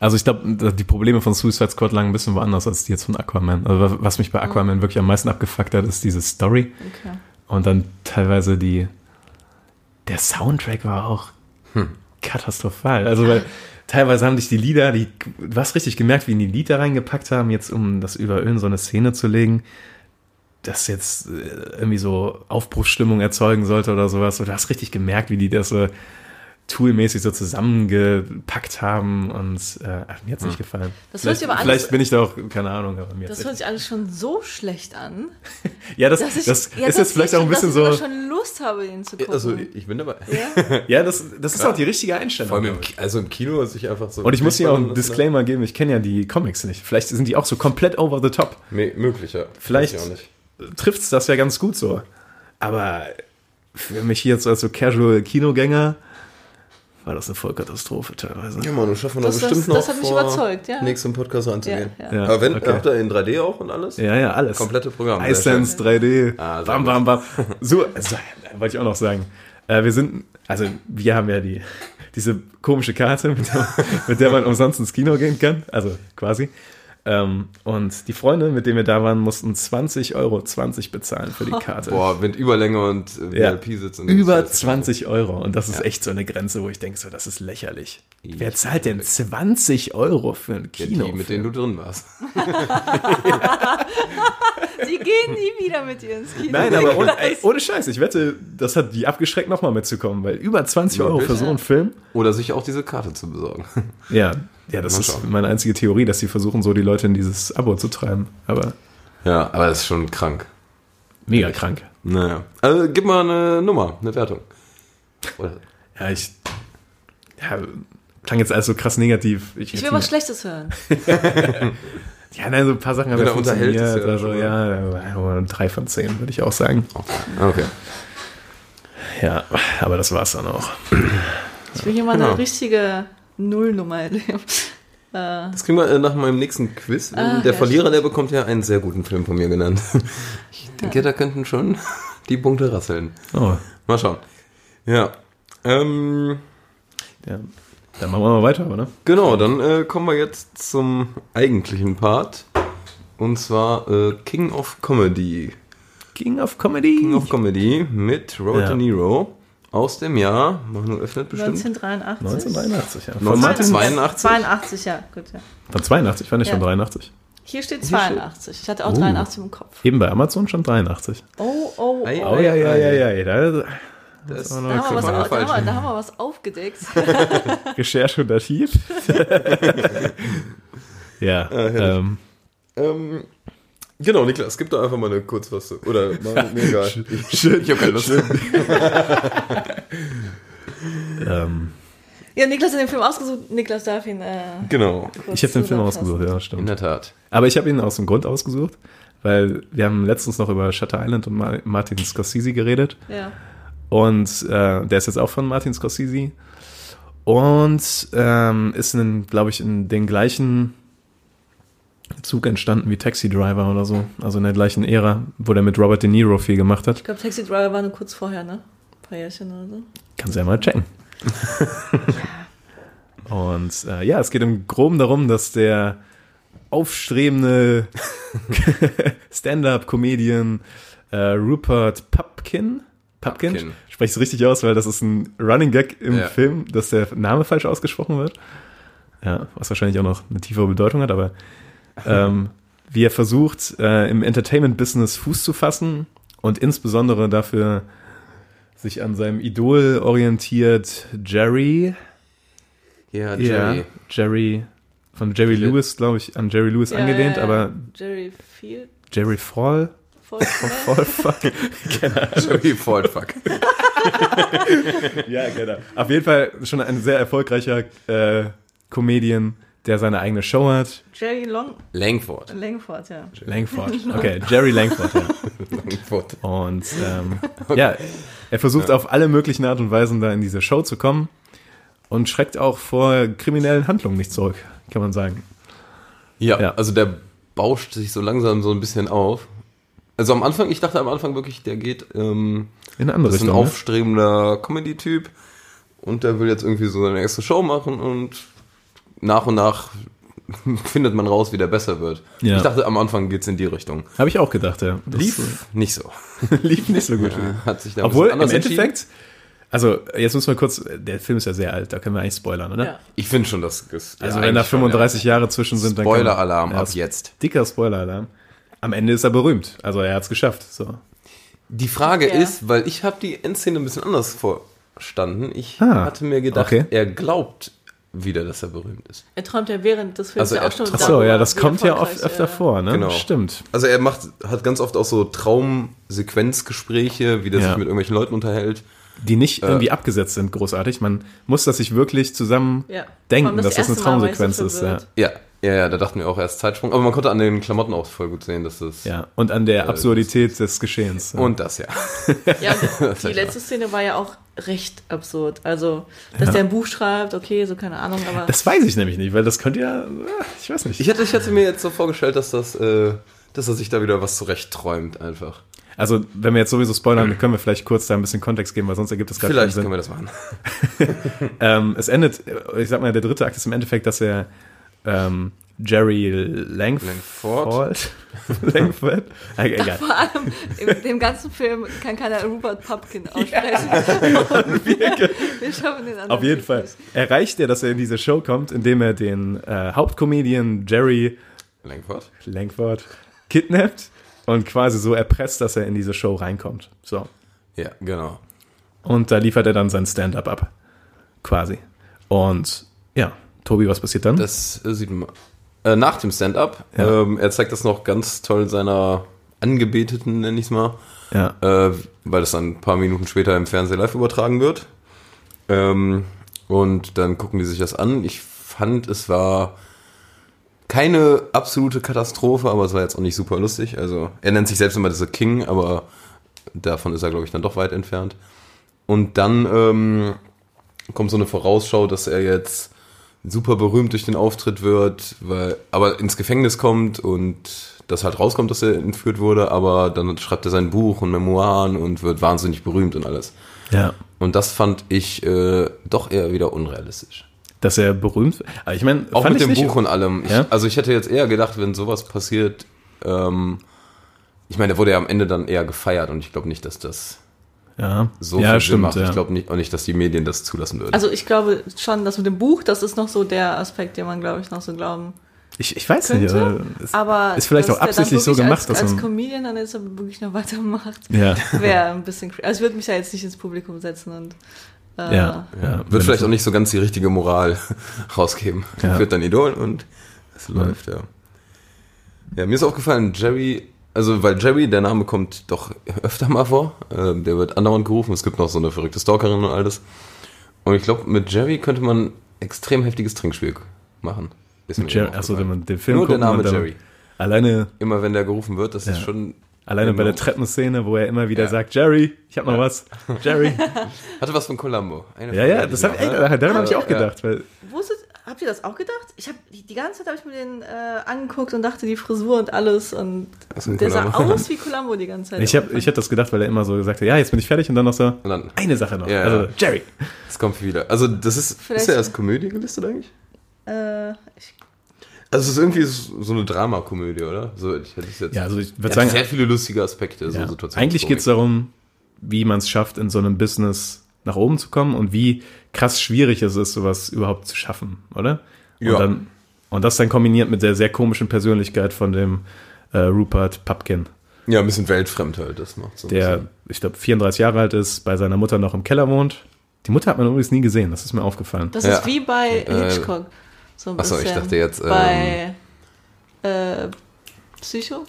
S3: Also ich glaube, die Probleme von Suicide Squad lagen ein bisschen woanders als die jetzt von Aquaman. Also wa- was mich bei Aquaman wirklich am meisten abgefuckt hat, ist diese Story
S2: Okay.
S3: und dann teilweise die. Der Soundtrack war auch katastrophal. Also weil teilweise haben dich die Lieder, die du hast richtig gemerkt, wie die Lieder reingepackt haben, jetzt um das über in so eine Szene zu legen, das jetzt äh, irgendwie so Aufbruchsstimmung erzeugen sollte oder sowas. Und du hast richtig gemerkt, wie die das so toolmäßig so zusammengepackt haben und äh, ach, mir hat's nicht gefallen.
S2: Das hört
S3: vielleicht,
S2: sich aber alles-
S3: vielleicht bin ich da auch, keine Ahnung, aber mir
S2: Das
S3: hat's
S2: hört
S3: nicht.
S2: sich alles schon so schlecht an,
S3: Ja, das,
S2: dass ich
S3: das
S2: ja, dass
S3: ist jetzt vielleicht
S2: ich-
S3: auch ein
S2: dass
S3: bisschen
S2: ich sogar
S3: so.
S2: schon Lust habe, den zu gucken.
S1: Also, ich bin dabei.
S3: Ja, das, das ist auch die richtige Einstellung.
S1: Vor allem im, Ki- also im Kino ist ich einfach so. ne?
S3: Und ich muss hier auch einen
S1: Das-
S3: Disclaimer geben, ich kenne ja die Comics nicht. Vielleicht sind die auch so komplett over the top.
S1: Nee, möglich, ja.
S3: Vielleicht-
S1: Weiß ich Auch nicht.
S3: Trifft's das ja ganz gut so. Aber für mich jetzt als so casual Kinogänger war das eine Vollkatastrophe teilweise.
S1: Ja, Manu, schaffen wir
S2: Das-
S1: das, bestimmt
S2: das-
S1: noch.
S2: das hat mich
S1: vor
S2: überzeugt, ja.
S1: Nächsten Podcast anzugehen.
S2: Ja,
S3: ja.
S1: Aber wenn,
S3: Okay.
S1: habt ihr in 3D auch und alles?
S3: Ja, ja, alles.
S1: Komplette Programm. sehr
S3: Icelands 3D.
S1: Ah, sehr
S3: bam,
S1: gut.
S3: bam, bam. So, also, wollte ich auch noch sagen. Äh, wir sind, also wir haben ja die, diese komische Karte, mit
S1: [LAUGHS]
S3: der, mit der man umsonst ins Kino gehen kann. Also quasi. Ähm, und die Freunde, mit denen wir da waren, mussten 20 Euro 20 bezahlen für die Karte.
S1: schön. Boah, wenn Überlänge und äh,
S3: Ja.
S1: VIP sitzen.
S3: Über 20 Euro. Und das ist echt so eine Grenze, wo ich denke, so, das ist lächerlich.
S1: Ich
S3: Wer zahlt denn 20 Euro für ein
S1: Ja,
S3: Kino?
S1: die, mit denen du drin warst.
S2: Sie gehen nie wieder mit ihr ins Kino.
S3: Nein, aber ohne, ey, ohne Scheiß, ich wette, das hat die abgeschreckt, nochmal mitzukommen, weil über 20 Euro für
S1: Wirklich?
S3: so einen Film.
S1: Oder sich auch diese Karte zu besorgen.
S3: Ja, ja, das
S1: Mal
S3: ist
S1: schauen.
S3: meine einzige Theorie, dass sie versuchen, so die Leute in dieses Abo zu treiben. Aber
S1: [LAUGHS] Ja, aber das ist schon krank.
S3: mega krank.
S1: Naja. Also gib mal eine Nummer, eine Wertung. Oder
S3: Ja, ich. Ja, klang jetzt alles so krass negativ.
S2: Ich will was Schlechtes hören.
S3: Ja, nein, so ein paar Sachen haben
S1: Wenn
S3: ja
S1: er unterhält, ist
S3: funktioniert.
S1: ja
S3: Also
S1: schon
S3: ja, drei von zehn, würde ich auch sagen.
S1: Okay.
S3: Ja, aber das war's dann auch.
S2: Ich will hier mal
S1: Genau.
S2: eine richtige Nullnummer erleben. Äh,
S1: Das kriegen wir äh, nach meinem nächsten Quiz. Ähm,
S2: Ah,
S1: der
S2: ja,
S1: Verlierer, der bekommt ja einen sehr guten Film von mir genannt. [LAUGHS] Ich denke, da könnten schon die Punkte rasseln.
S3: Oh,
S1: Mal schauen. Ja. Ähm,
S3: ja. Dann machen wir mal weiter, ne? oder?
S1: genau, dann äh, kommen wir jetzt zum eigentlichen Part. Und zwar äh, King of Comedy.
S3: King of Comedy.
S1: King of Comedy mit Robert
S3: Ja.
S1: De Niro aus dem Jahr, Manu öffnet bestimmt,
S2: 1983.
S3: 1983, ja. Von
S1: 19
S3: Martin.
S1: 82?
S2: 82, ja, gut, ja.
S3: Von 82, fand ich schon
S2: Ja.
S3: 83.
S2: Hier steht
S1: Hier steht-
S2: 82. Ich hatte auch 83 im Kopf.
S3: Eben bei Amazon stand 83.
S2: Oh, oh,
S1: Ei,
S2: oh.
S1: ei,
S3: ja. Da,
S1: Das
S3: war noch
S2: Da haben, wir was,
S1: Fünfmal
S2: au- da,
S1: falsch.
S2: haben wir, da haben wir was aufgedeckt.
S3: Recherche und [LAUGHS] Archiv. ja. ähm,
S1: Ähm, genau, Niklas, gib doch einfach mal eine kurz was. zu- Oder
S3: [LAUGHS]
S1: Manu, mir egal. Ich, ich habe keine Lust.
S3: ähm,
S2: ja, Niklas hat den Film ausgesucht. Niklas darf ihn. Äh,
S1: Genau.
S2: kurz
S3: ich habe den Film
S2: zusammenfassen.
S3: ausgesucht, ja,
S1: In
S3: stimmt.
S1: der Tat.
S3: Aber ich habe ihn aus dem Grund ausgesucht, weil wir haben letztens noch über Shutter Island und Ma- Martin Scorsese geredet.
S2: Ja.
S3: Und äh, der ist jetzt auch von Martin Scorsese. Und ähm, ist, glaube ich, in den gleichen Zug entstanden wie Taxi Driver oder so. Also in der gleichen Ära, wo der mit Robert De Niro viel gemacht hat.
S2: Ich glaube, Taxi Driver war nur kurz vorher, ne? Ein paar Jährchen oder so.
S3: Kannst ja mal checken. Und äh, ja, es geht im Groben darum, dass der aufstrebende Stand-up-Comedian äh, Rupert Pupkin, Pupkin,
S1: Pupkin.
S3: spreche ich es richtig aus, weil das ist ein Running Gag im
S1: Ja.
S3: Film, dass der Name falsch ausgesprochen wird. Ja, was wahrscheinlich auch noch eine tiefere Bedeutung hat, aber [LAUGHS] ähm, wie er versucht, äh, im Entertainment-Business Fuß zu fassen und insbesondere dafür sich an seinem Idol orientiert, Jerry.
S1: Ja, [LAUGHS]
S3: Ja, Jerry. Von Jerry
S1: Phil-
S3: Lewis, glaube ich, an Jerry Lewis
S2: Ja,
S3: angelehnt,
S2: ja, ja.
S3: aber
S2: Jerry [LAUGHS] Field.
S3: Jerry Fall?
S2: Voll,
S3: Fall, fuck.
S1: Jerry Ford, fuck.
S3: ja, genau. Auf jeden Fall schon ein sehr erfolgreicher äh, Comedian, der seine eigene Show hat.
S2: Jerry Long
S1: Langford.
S2: Langford, ja.
S3: Langford. Okay, Jerry Langford, ja.
S1: Langford.
S3: Und ähm, ja, er versucht auf alle möglichen Art und Weisen da in diese Show zu kommen und schreckt auch vor kriminellen Handlungen nicht zurück, kann man sagen.
S1: Ja,
S3: Ja.
S1: also der bauscht sich so langsam so ein bisschen auf. Also am Anfang, ich dachte am Anfang wirklich, der geht, ähm,
S3: In eine andere
S1: das ist ein
S3: Richtung. ne?
S1: aufstrebender Comedy-Typ und der will jetzt irgendwie so seine erste Show machen und nach und nach [LAUGHS] findet man raus, wie der besser wird.
S3: Ja.
S1: Ich dachte am Anfang geht's in die Richtung.
S3: Habe ich auch gedacht, ja. Das
S1: Lief nicht [LAUGHS] so.
S3: [LAUGHS]
S1: Äh,
S3: lief nicht so gut.
S1: Hat sich da ein
S3: Obwohl,
S1: bisschen
S3: im
S1: anders entschieden.
S3: Endeffekt, also jetzt müssen wir kurz, der Film ist ja sehr alt, da können wir eigentlich spoilern, oder?
S2: Ja.
S1: Ich finde schon, dass es.
S3: Also wenn da 35 Jahre zwischen sind, dann kann man-
S1: Spoiler-Alarm
S3: Ja,
S1: ab jetzt.
S3: Dicker Spoiler-Alarm. Am Ende ist er berühmt, also er hat es geschafft. So.
S1: Die Frage
S2: Ja.
S1: ist, weil ich habe die Endszene ein bisschen anders verstanden. Ich
S3: Ah,
S1: hatte mir gedacht,
S3: okay.
S1: er glaubt wieder, dass er berühmt ist.
S2: Er träumt ja während des Films
S1: Also
S2: ja
S1: er-
S2: auch schon.
S1: Ach
S3: Ach so,
S2: darüber,
S3: ja, das
S2: wie
S3: kommt ja
S2: erfolgreich,
S3: oft öfter
S2: äh,
S3: vor, ne?
S1: genau.
S3: Stimmt.
S1: Also er macht, hat ganz oft auch so Traum-Sequenzgespräche, wie der
S3: Ja.
S1: sich mit irgendwelchen Leuten unterhält.
S3: Die
S1: Äh.
S3: nicht irgendwie abgesetzt sind, großartig. Man muss das sich wirklich zusammen
S2: Ja. Vor
S3: denken,
S2: allem das
S3: dass das eine
S2: erste Mal war ich so
S3: Traumsequenz ist. Ja.
S2: verwirrt.
S1: Ja, ja, ja, da dachten wir auch erst Zeitsprung. Aber man konnte an den Klamotten auch voll gut sehen, dass das.
S3: ja, und an der Absurdität des Geschehens. ja.
S1: Und das, ja. [LAUGHS]
S2: Ja, und die letzte Szene war ja auch recht absurd. Also, dass der ein Buch schreibt, okay, so keine Ahnung, aber
S3: das weiß ich nämlich nicht, weil das könnte ja, äh, ich weiß nicht.
S1: Ich hätte, ich hätte mir jetzt so vorgestellt, dass das, äh, dass er sich da wieder was zurecht träumt, einfach.
S3: Also, wenn wir jetzt sowieso spoilern, können wir vielleicht kurz da ein bisschen Kontext geben, weil sonst ergibt es gar keinen
S1: Mhm. Vielleicht
S3: Sinn.
S1: können wir das machen.
S3: Ähm, es endet, äh, ich sag mal, der dritte Akt ist im Endeffekt, dass er ähm, Jerry Langf
S1: Langford.
S3: Langford. [LAUGHS] Langford? Ah,
S2: [LAUGHS]
S3: egal.
S2: vor allem in dem ganzen Film kann keiner Rupert Pupkin aussprechen. Und wir, wir schaffen den anderen.
S3: Auf jeden
S2: Typ
S3: Fall
S2: nicht.
S3: erreicht er, dass er in diese Show kommt, indem er den äh, Hauptcomedian Jerry
S1: Langford?
S3: Langford kidnappt und quasi so erpresst, dass er in diese Show reinkommt. So.
S1: Ja, genau.
S3: Und da liefert er dann sein Stand-up ab. Quasi. Und ja, Tobi, was passiert dann?
S1: Das äh, sieht man. Äh, nach dem Stand-up.
S3: Ja.
S1: Ähm, er zeigt das noch ganz toll seiner Angebeteten, nenne ich es mal.
S3: ja.
S1: Äh, weil das dann ein paar Minuten später im Fernsehen live übertragen wird. Ähm, Und dann gucken die sich das an. Ich fand, es war keine absolute Katastrophe, aber es war jetzt auch nicht super lustig. Also er nennt sich selbst immer The King, aber davon ist er, glaube ich, dann doch weit entfernt. Und dann ähm, kommt so eine Vorausschau, dass er jetzt super berühmt durch den Auftritt wird, weil, aber ins Gefängnis kommt und das halt rauskommt, dass er entführt wurde, aber dann schreibt er sein Buch und Memoiren und wird wahnsinnig berühmt und alles.
S3: Ja.
S1: Und das fand ich äh, doch eher wieder unrealistisch.
S3: Dass er berühmt. Aber ich meine,
S1: Auch
S3: fand
S1: mit
S3: ich
S1: dem
S3: nicht-
S1: Buch und allem. Ich,
S3: Ja?
S1: Also ich hätte jetzt eher gedacht, wenn sowas passiert, ähm, ich meine, der wurde ja am Ende dann eher gefeiert und ich glaube nicht, dass das
S3: Ja,
S1: so
S3: ja
S1: viel Sinn
S3: stimmt.
S1: macht.
S3: Ja.
S1: Ich glaube nicht, auch nicht, dass die Medien das zulassen würden.
S2: Also ich glaube schon, das mit dem Buch, das ist noch so der Aspekt, den man, glaube ich, noch so glauben
S3: ich, ich weiß nicht.
S2: könnte.
S3: äh, es-
S2: Aber
S3: ist vielleicht
S2: dass
S3: auch
S2: der dann
S3: absichtlich so
S2: wirklich
S3: gemacht,
S2: als,
S3: dass
S2: als
S3: man-
S2: Comedian dann jetzt wirklich noch [LAUGHS] weitermacht.
S3: ja,
S2: [LAUGHS] Wäre ein bisschen cre- Also ich würde mich ja jetzt nicht ins Publikum setzen und äh,
S3: ja, ja.
S1: Wird vielleicht auch nicht so ganz die richtige Moral [LAUGHS] rausgeben.
S3: Ja.
S1: Wird dann Idol und es läuft, ja. Ja, mir ist aufgefallen, Jerry, also weil Jerry, der Name kommt doch öfter mal vor. Ähm, der wird andauernd gerufen. Es gibt noch so eine verrückte Stalkerin und alles. Und ich glaube, mit Jerry könnte man ein extrem heftiges Trinkspiel machen. Ist mir
S3: Jerry,
S1: eben
S3: achso,
S1: aufgefallen.
S3: wenn man den Film
S1: Nur der
S3: guckt, man
S1: Name
S3: dann-
S1: Jerry.
S3: Alleine,
S1: Immer wenn der gerufen wird, das ist
S3: Ja.
S1: schon.
S3: alleine bei der Treppenszene, wo er immer wieder
S1: Genau. Ja.
S3: sagt, Jerry, ich hab noch was.
S1: [LAUGHS]
S3: Jerry.
S1: Hatte was von Columbo. Eine
S3: Ja,
S1: Frage
S3: ja,
S1: hatte
S3: das
S1: ich
S3: hab, ich-
S1: noch,
S3: ey,
S1: ne?
S3: daran habe ich auch
S1: Ja.
S3: gedet, weil
S2: Wusstet, habt ihr das auch gedacht? Ich habe die, die ganze Zeit habe ich mir den äh, angeguckt und dachte die Frisur und alles und
S1: Das ist ein
S2: der sah
S1: Columbo.
S2: aus wie Columbo die ganze Zeit.
S3: ich habe ich hab das gedacht, weil er immer so gesagt hat, ja, jetzt bin ich fertig und dann noch so,
S1: Und dann,
S3: eine Sache noch.
S1: Ja, ja.
S3: also, Jerry.
S1: es kommt wieder. Also, das ist.
S2: Vielleicht-
S1: ist er als Komödie gelistet eigentlich?
S2: äh, ich,
S1: Also es ist irgendwie so so eine Dramakomödie, oder? So, ich hätte es jetzt.
S3: Ja, also ich
S1: Er
S3: würde
S1: hat
S3: sagen,
S1: sehr viele lustige Aspekte, so
S3: ja,
S1: Situationen.
S3: eigentlich geht es darum, wie man es schafft, in so einem Business nach oben zu kommen und wie krass schwierig es ist, sowas überhaupt zu schaffen, oder?
S1: Ja.
S3: Und, dann, und das dann kombiniert mit der sehr komischen Persönlichkeit von dem äh, Rupert Pupkin,
S1: Ja, ein bisschen weltfremd halt, das macht so. ein
S3: der,
S1: bisschen-
S3: ich glaube, 34 Jahre alt ist, bei seiner Mutter noch im Keller wohnt. Die Mutter hat man übrigens nie gesehen, das ist mir aufgefallen.
S2: das
S1: Ja.
S2: ist wie bei
S1: Äh,
S2: Hitchcock. So ein
S1: ach so, ich
S2: bisschen.
S1: dachte jetzt, ähm,
S2: bei äh, Psycho.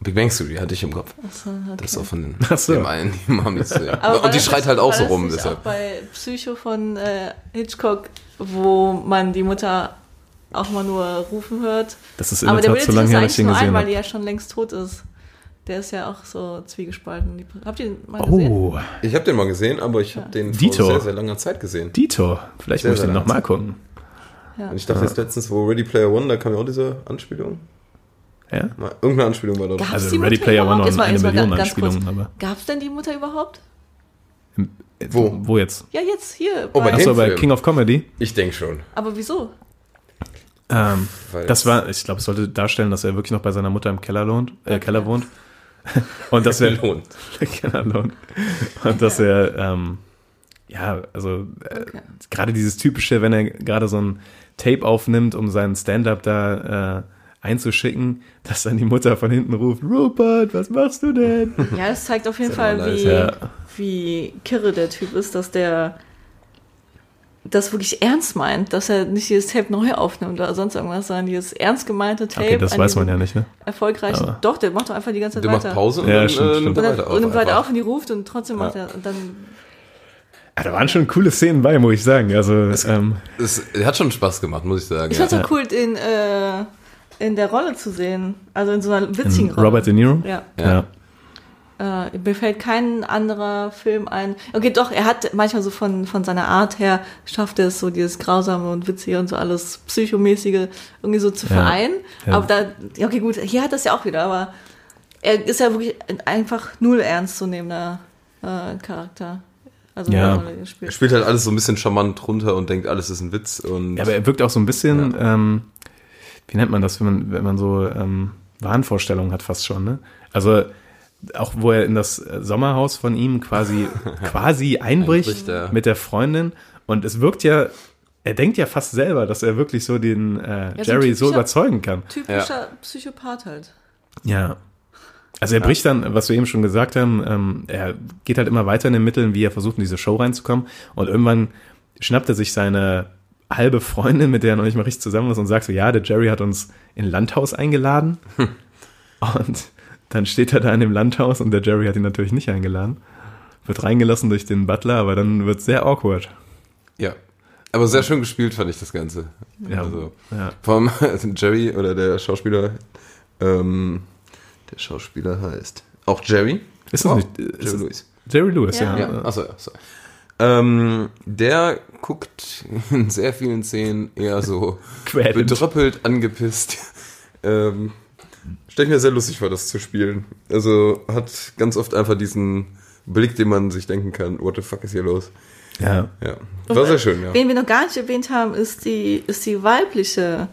S1: Big Bang Theory hatte ich im Kopf.
S2: Achso, okay.
S1: Das ist auch von den,
S3: Ach so.
S1: dem einen, die Mami zu sehen.
S2: Aber war
S1: Und die
S2: das
S1: schreit
S2: nicht-
S1: halt auch
S2: war
S1: so
S2: das
S1: rum,
S2: nicht Auch
S1: deshalb.
S2: bei Psycho von äh, Hitchcock, wo man die Mutter auch mal nur rufen hört.
S3: Das ist in
S2: Aber
S3: der
S2: der bildet
S3: Tat so
S2: sich das
S3: lange her, dass ich
S2: eigentlich
S3: den
S2: nur ein,
S3: gesehen
S2: weil die
S3: habe.
S2: ja schon längst tot ist. Der ist ja auch so zwiegespalten. Die- Habt ihr den mal gesehen?
S3: Oh,
S1: Ich habe den mal gesehen, aber ich habe den vor
S3: Dito.
S1: sehr, sehr langer Zeit gesehen.
S3: Dito, vielleicht
S1: Sehr,
S3: muss ich
S1: sehr
S3: den
S1: langsam.
S3: nochmal gucken.
S2: Ja.
S1: Und ich dachte jetzt letztens, wo Ready Player One, da kam ja auch diese Anspielung.
S3: Ja?
S1: Mal, irgendeine Anspielung war da.
S2: Gab's
S1: drauf.
S3: Also
S2: die
S3: Ready
S2: Mutter
S3: Player
S2: überhaupt?
S3: One und
S2: Jetzt mal-
S3: eine
S2: jetzt mal
S3: Million
S2: ganz kurz.
S3: Anspielungen, aber
S2: Gab's denn die Mutter überhaupt?
S1: Wo?
S3: wo jetzt?
S2: Ja, jetzt hier.
S1: Oh, bei
S2: bei-
S1: dem-
S3: Achso, bei
S1: Film.
S3: King of Comedy.
S1: Ich denke schon.
S2: aber wieso?
S3: Ähm,
S1: Weil-
S3: das war, ich glaube, es sollte darstellen, dass er wirklich noch bei seiner Mutter im Keller, lohnt, äh, Keller wohnt. [LAUGHS] Und
S1: [LAUGHS]
S3: dass er
S1: Lohnt.
S3: Keller lohnt. Und dass er, ähm, ja, also äh,
S2: Okay.
S3: gerade dieses typische, wenn er gerade so ein Tape aufnimmt, um seinen Stand-up da äh, einzuschicken, dass dann die Mutter von hinten ruft, Rupert, was machst
S1: [LAUGHS]
S3: du denn?
S2: Ja, das zeigt auf jeden
S1: Sehr
S2: Fall,
S1: nice.
S2: wie,
S3: Ja.
S2: wie kirre der Typ ist, dass der das wirklich ernst meint, dass er nicht dieses Tape neu aufnimmt oder sonst irgendwas, sondern dieses ernst gemeinte Tape.
S3: Okay, das
S2: an
S3: weiß man
S2: diesem
S3: ja nicht, ne?
S2: Erfolgreichen.
S3: Aber-
S2: Doch, der macht doch einfach die ganze Zeit
S1: Der macht
S2: weiter.
S1: Pause und
S3: Ja,
S1: dann
S3: stimmt,
S1: äh, nimmt
S3: stimmt.
S1: er
S2: Und dann,
S1: weiter auf.
S2: und nimmt weiter
S1: einfach.
S2: auf und die ruft und trotzdem macht er. Und dann,
S3: Ah, da waren schon coole Szenen bei, muss ich sagen. Also, ähm,
S1: Es hat schon Spaß gemacht, muss ich sagen.
S2: ich fand's auch cool, in, äh, in der Rolle zu sehen. Also in so einer witzigen
S3: in
S2: Rolle.
S3: Robert De Niro?
S2: Ja.
S1: Ja.
S3: ja.
S2: Äh, mir fällt kein anderer Film ein. Okay, doch, er hat manchmal so von, von seiner Art her, schafft er es so, dieses Grausame und Witzige und so alles Psychomäßige irgendwie so zu
S3: Ja,
S2: vereinen.
S3: ja.
S2: Aber da, ja, okay, gut, hier hat das ja auch wieder, aber er ist ja wirklich ein einfach null ernst zu nehmender äh, Charakter. Also,
S3: Ja.
S2: in der Rolle
S1: Er
S2: gespielt.
S1: spielt halt alles so ein bisschen charmant runter und denkt, alles ist ein Witz. Und
S3: Ja, aber er wirkt auch so ein bisschen, ähm, wie nennt man das, wenn man, wenn man so ähm, Wahnvorstellungen hat fast schon, ne? Also auch wo er in das äh, Sommerhaus von
S1: [LAUGHS]
S3: ihm quasi, quasi einbricht,
S1: Einbricht, ja.
S3: mit der Freundin und es wirkt ja, er denkt ja fast selber, dass er wirklich so den äh,
S2: Ja, so ein
S3: Jerry so
S2: typischer-
S3: überzeugen kann.
S2: Typischer Psychopath halt.
S3: Ja. Also er bricht dann, was wir eben schon gesagt haben, ähm, er geht halt immer weiter in den Mitteln, wie er versucht, in diese Show reinzukommen. Und irgendwann schnappt er sich seine halbe Freundin, mit der er noch nicht mal richtig zusammen ist, und sagt so, ja, der Jerry hat uns in ein Landhaus eingeladen.
S1: Hm.
S3: Und dann steht er da in dem Landhaus und der Jerry hat ihn natürlich nicht eingeladen. Wird reingelassen durch den Butler, aber dann wird sehr awkward.
S1: Ja. Aber sehr schön gespielt fand ich das Ganze.
S3: Ja.
S1: Also,
S3: Ja.
S1: vor allem [LAUGHS] also Jerry oder der Schauspieler, ähm, der Schauspieler heißt auch Jerry.
S3: Ist das
S1: Oh,
S3: nicht-
S1: Jerry
S3: ist das-
S1: Lewis.
S3: Jerry Lewis, ja.
S2: Ja.
S1: Ja, achso, ja, sorry. Ähm, der guckt in sehr vielen Szenen eher so
S2: Äh,
S3: Quälend.
S1: bedröppelt, angepisst. [LAUGHS] Ähm, Stelle ich mir sehr lustig vor, das zu spielen. Also hat ganz oft einfach diesen Blick, den man sich denken kann, what the fuck ist hier los?
S3: ja.
S1: Ja, war sehr schön, ja.
S2: Wen wir noch gar nicht erwähnt haben, ist die, ist die weibliche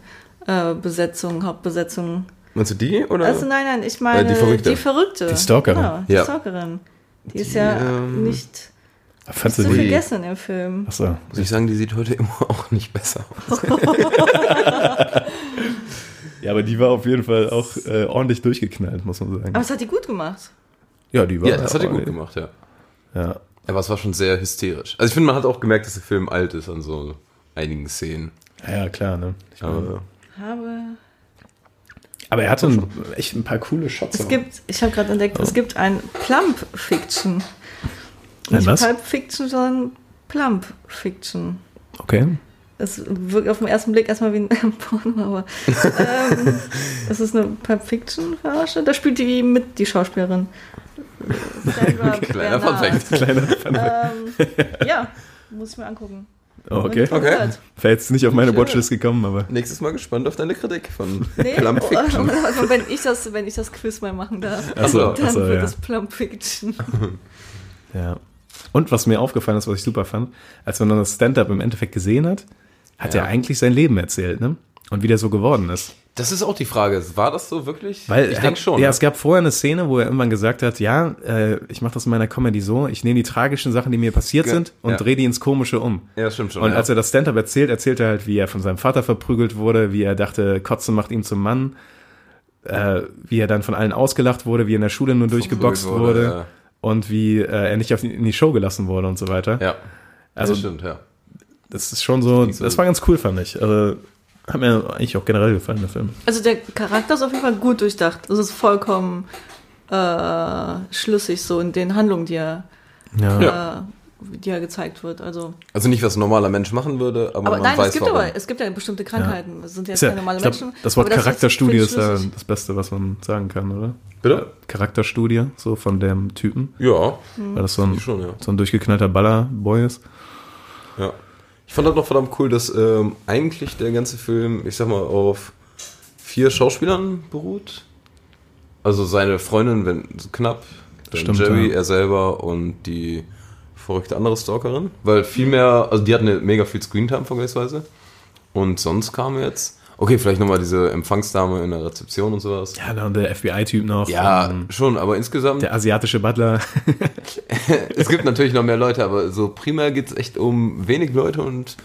S2: äh, Besetzung, Hauptbesetzung.
S1: Meinst du die oder?
S2: Also nein, nein, ich meine
S1: die Verrückte.
S2: Die, Verrückte.
S3: Die Stalkerin.
S2: Genau, die
S1: Ja.
S2: Stalkerin. Die, ist
S1: Die,
S2: ja
S1: ähm,
S2: nicht
S3: Fandst
S2: zu
S3: du die?
S2: vergessen im Film.
S3: Achso.
S1: Muss ich sagen, die sieht heute [LAUGHS] immer auch nicht besser aus.
S3: Ja, aber die war auf jeden Fall auch äh, ordentlich durchgeknallt, muss man sagen.
S2: Aber es hat die gut gemacht.
S3: Ja, die war.
S1: Ja, das hat die gut
S3: ordentlich.
S1: gemacht, ja.
S3: Ja.
S1: Aber es war schon sehr hysterisch. Also ich finde, man hat auch gemerkt, dass der Film alt ist an so einigen Szenen. Ähm,
S3: ja, klar, ne? Ich meine,
S1: Aber
S2: Habe.
S3: aber er hatte ein, echt ein paar coole Shots.
S2: Es
S3: auch.
S2: gibt, ich habe gerade entdeckt, es gibt ein Plump Fiction.
S3: Ein
S2: Nicht
S3: was?
S2: Pulp Fiction, sondern Plump Fiction.
S3: Okay.
S2: Es wirkt auf den ersten Blick erstmal wie ein [LAUGHS] Porno, aber ähm, es ist eine Pulp Fiction Verarsche. Da spielt die mit, die Schauspielerin. Sandra
S1: Kleiner
S2: Bernhard.
S1: Funfact.
S2: Ähm, ja, muss ich mir angucken.
S3: Oh,
S2: Noch nicht
S3: [LAUGHS] okay.
S2: von
S1: Okay.
S2: gehört.
S3: Wäre jetzt nicht auf meine
S1: Schön.
S3: Watchlist gekommen, aber.
S1: Nächstes Mal gespannt auf deine Kritik von
S2: Nee,
S1: Plump
S2: oh,
S1: Fiction.
S2: [LAUGHS] also wenn, ich das, wenn ich das Quiz mal machen darf,
S1: Achso.
S2: dann
S3: Achso,
S2: wird
S3: ja.
S2: es Plump Fiction.
S3: Ja. Und was mir aufgefallen ist, was ich super fand, als man dann das Stand-up im Endeffekt gesehen hat, hat
S1: Ja.
S3: er eigentlich sein Leben erzählt, ne? Und wie der so geworden ist.
S1: Das ist auch die Frage. War das so wirklich?
S3: Weil
S1: ich
S3: er
S1: denke
S3: hat-
S1: schon.
S3: Ja, es gab vorher eine Szene, wo er irgendwann gesagt hat, ja, äh, ich mache das in meiner Comedy so, ich nehme die tragischen Sachen, die mir passiert
S1: Ge-
S3: sind, und
S1: ja.
S3: drehe die ins Komische um.
S1: ja stimmt schon.
S3: Und
S1: ja.
S3: als er das Stand-up erzählt, erzählt er halt, wie er von seinem Vater verprügelt wurde, wie er dachte, Kotzen macht ihn zum Mann, äh, wie er dann von allen ausgelacht wurde, wie er in der Schule nur durchgeboxt
S1: wurde,
S3: wurde,
S1: ja.
S3: und wie äh, er nicht auf die, in die Show gelassen wurde und so weiter.
S1: ja, also,
S3: also
S1: das stimmt, ja.
S3: das ist schon so,
S1: so-
S3: das war ganz cool, fand ich. Also, hat mir eigentlich auch generell gefallen, der Film.
S2: Also der Charakter ist auf jeden Fall gut durchdacht. Das ist vollkommen äh, schlüssig so in den Handlungen, die er,
S3: Ja.
S2: äh, die er gezeigt wird. Also,
S1: Also nicht, was ein normaler Mensch machen würde, aber,
S2: aber
S1: man
S2: nein,
S1: weiß
S2: es gibt
S1: warum.
S2: aber es gibt ja bestimmte Krankheiten. Das sind jetzt
S3: Ist ja,
S2: keine normale
S3: ich glaub,
S2: Menschen.
S3: das Wort
S2: aber ist-
S3: Charakterstudie
S2: finde ich
S3: ist ja
S2: schlüssig.
S3: das Beste, was man sagen kann, oder?
S1: Bitte?
S3: Charakterstudie, so von dem Typen,
S1: Ja,
S2: Hm. Mhm.
S3: weil das so ein,
S1: schon, ja.
S3: so ein durchgeknallter Baller-Boy ist.
S1: Ja. Ich fand das noch verdammt cool, dass ähm, eigentlich der ganze Film, ich sag mal, auf vier Schauspielern beruht. Also seine Freundin, wenn so knapp, dann
S3: Stimmt,
S1: Jerry,
S3: ja.
S1: er selber und die verrückte andere Stalkerin. Weil viel mehr, also die hatten eine mega viel Screentime vergleichsweise. Und sonst kam jetzt, okay, vielleicht nochmal diese Empfangsdame in der Rezeption und sowas.
S3: Ja, dann der FBI-Typ noch.
S1: Ja,
S3: ähm,
S1: schon, aber insgesamt,
S3: Der asiatische Butler.
S1: es gibt natürlich noch mehr Leute, aber so primär geht's echt um wenig Leute und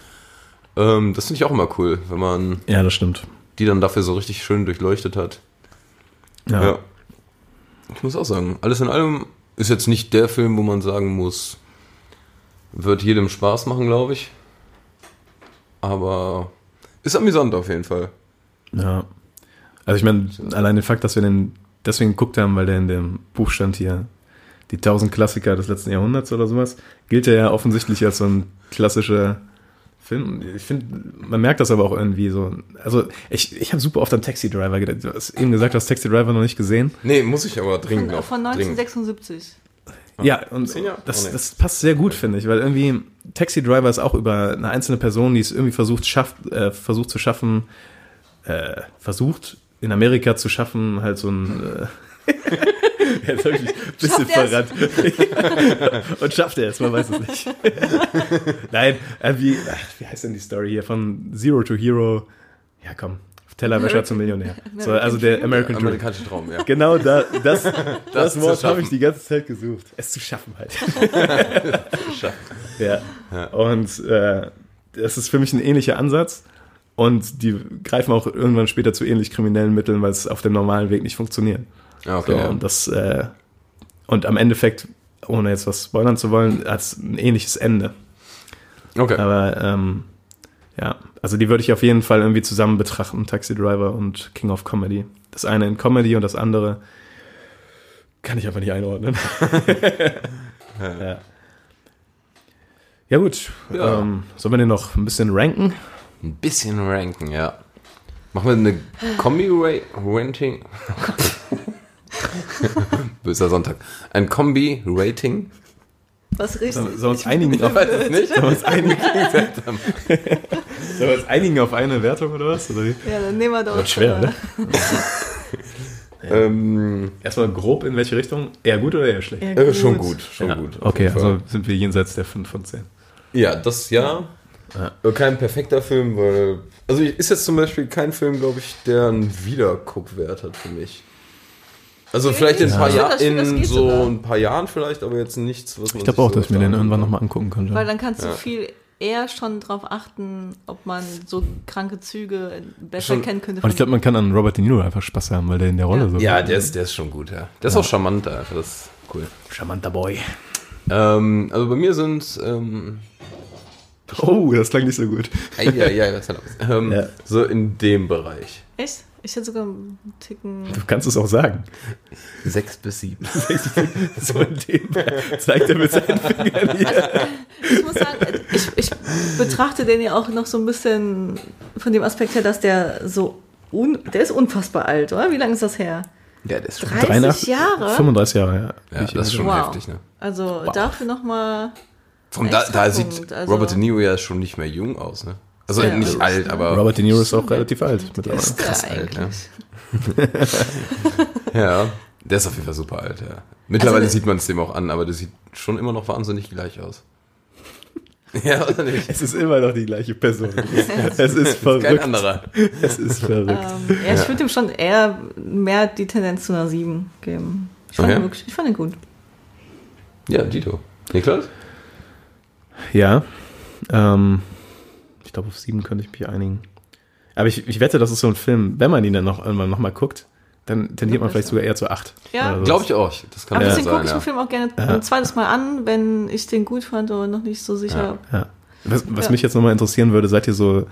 S1: ähm, das finde ich auch immer cool, wenn man
S3: Ja, das stimmt.
S1: die dann dafür so richtig schön durchleuchtet hat.
S3: Ja.
S1: Ja. Ich muss auch sagen, alles in allem ist jetzt nicht der Film, wo man sagen muss, wird jedem Spaß machen, glaube ich. Aber ist amüsant auf jeden Fall.
S3: Ja. Also ich meine, allein den Fakt, dass wir den deswegen geguckt haben, weil der in dem Buch stand hier, die 1000 Klassiker des letzten Jahrhunderts oder sowas, gilt er ja offensichtlich als so ein klassischer Film. Ich finde, man merkt das aber auch irgendwie so. Also ich, ich habe super oft an Taxi Driver gedacht. Du hast eben gesagt, du hast Taxi Driver noch nicht gesehen.
S1: Nee, muss ich aber
S2: Von,
S1: dringend noch.
S2: von
S1: dringend.
S2: 1976.
S3: Ja, und
S1: Zehn Jahre? Oh,
S3: das,
S1: nee.
S3: das passt sehr gut, finde ich, weil irgendwie Taxi Driver ist auch über eine einzelne Person, die es irgendwie versucht, schafft, äh, versucht zu schaffen, äh, versucht in Amerika zu schaffen, halt so ein. [LAUGHS] Äh, Jetzt habe ich ein bisschen
S2: Schafft er's?
S3: verrannt. [LAUGHS] und schafft er es, man weiß es nicht. [LAUGHS] Nein, äh, wie, ach, wie heißt denn die Story hier? Von Zero to Hero. Ja, komm. Tellerwäscher zum Millionär. So, also der American Dream.
S1: Amerikanische Traum, ja.
S3: Genau da, das, das,
S1: zu
S3: Wort habe
S1: schaffen.
S3: ich die ganze Zeit gesucht. Es zu schaffen [LAUGHS] halt. ja. Und äh, das ist für mich ein ähnlicher Ansatz. Und die greifen auch irgendwann später zu ähnlich kriminellen Mitteln, weil es auf dem normalen Weg nicht funktioniert.
S1: Ja,
S3: So,
S1: okay. ja.
S3: und, das, äh, und am Endeffekt, ohne jetzt was spoilern zu wollen, hat es ein ähnliches Ende.
S1: okay.
S3: Aber ähm, ja, also die würde ich auf jeden Fall irgendwie zusammen betrachten, Taxi Driver und King of Comedy. Das eine in Comedy und das andere [LAUGHS] kann ich einfach nicht einordnen. ja. Ja, gut.
S1: Ja.
S3: Ähm, sollen wir den noch ein bisschen [LAUGHS] ranken?
S1: Ein bisschen ranken, ja. Machen wir eine
S3: [LAUGHS]
S1: Kombi-Rating. Böser Sonntag. Ein Kombi-Rating.
S2: Was richtig?
S3: Sollen wir
S2: [LAUGHS]
S3: uns einigen auf,
S1: Ich weiß es nicht. aber es
S3: sollen wir uns einigen auf eine Wertung oder was? Oder wie?
S2: Ja, dann nehmen wir doch.
S3: Wird schwer, ne?
S1: ähm,
S3: Erstmal grob in welche Richtung? Eher gut oder eher schlecht?
S2: Ja,
S1: äh, schon gut, schon
S3: Ja,
S1: gut. auf
S3: Okay,
S1: jeden Fall.
S3: also sind wir jenseits der 5 von 10.
S1: Ja, das ja. Äh, Kein perfekter Film, weil. Also ich- ist jetzt zum Beispiel kein Film, glaube ich, der einen Wiederguckwert hat für mich. Also vielleicht in ein paar
S2: Ich find
S1: Jahren,
S2: das- ich find, das
S1: in
S2: geht
S1: so
S2: sogar.
S1: ein paar Jahren vielleicht, aber jetzt nichts, was man
S3: Ich glaube auch, dass ich mir den irgendwann
S1: noch
S3: nochmal angucken könnte.
S2: Weil dann kannst du
S1: Ja.
S2: viel eher schon drauf achten, ob man so kranke Züge besser
S1: Schon.
S2: kennen könnte.
S3: Und ich glaube, man kann an Robert De Niro einfach Spaß haben, weil der in der Rolle
S2: Ja.
S3: so
S1: Ja, der ist, der ist schon gut, ja. Der ist auch charmant, Alter. Das ist cool.
S3: charmanter Boy.
S1: Ähm, also bei mir sind ähm,
S3: Oh, das klang nicht so gut.
S1: ei, ei, ei, was hat das? ähm,
S3: Ja.
S1: so in dem Bereich.
S2: Echt? Ich hätte sogar einen Ticken.
S3: Du kannst es auch sagen.
S1: Sechs bis sieben.
S3: So ein Thema. Zeigt er mit [LAUGHS] seinen Fingern hier.
S2: Ich muss sagen, ich, ich betrachte den ja auch noch so ein bisschen von dem Aspekt her, dass der so. Un, der ist unfassbar alt, oder? Wie lange ist das her?
S1: Ja, der ist schon.
S2: 30 Jahre?
S3: 35 Jahre, ja.
S1: Ja,
S3: Ich-
S1: das ist schon
S2: Wow.
S1: heftig, ne?
S2: Also dafür nochmal.
S1: Vom da, da
S2: Extrapunkt,
S1: sieht
S2: also-
S1: Robert De Niro ja schon nicht mehr jung aus, ne? Also
S2: Ja,
S1: nicht
S2: das
S1: alt,
S2: ist-
S1: aber
S3: Robert De Niro ist auch relativ alt mittlerweile.
S2: ist
S1: krass
S2: der
S1: alt, ne?
S2: eigentlich?
S1: ja, der ist auf jeden Fall super alt, ja. Mittlerweile
S2: Also-
S1: sieht man es dem auch an, aber der sieht schon immer noch wahnsinnig gleich aus. [LAUGHS] Ja, oder nicht?
S3: Es ist immer noch die
S2: [LAUGHS]
S3: gleiche Person. Es ist
S1: Kein
S3: verrückt.
S1: anderer.
S3: Es ist verrückt.
S2: Ähm, ja, ich würde ihm schon eher mehr die Tendenz zu einer 7 geben. Ich fand,
S1: Okay.
S2: ihn, wirklich, ich fand ihn gut.
S1: Ja, Dito. Niklas?
S2: Ah.
S3: Ja. Ähm, ich glaube, auf sieben könnte ich mich einigen. Aber ich, ich wette, das ist so ein Film, wenn man ihn dann noch irgendwann nochmal guckt, dann tendiert man vielleicht sogar eher zu acht. Also
S2: Ja.
S3: Oder so.
S1: Glaube ich auch. Das kann
S2: Aber
S1: ja
S2: deswegen
S1: sein,
S2: gucke ich den
S1: ja.
S2: Film auch gerne ein zweites Mal an, wenn ich den gut fand oder noch nicht so sicher.
S3: Ja. Was, was
S2: Ja.
S3: mich jetzt nochmal interessieren würde, seid ihr so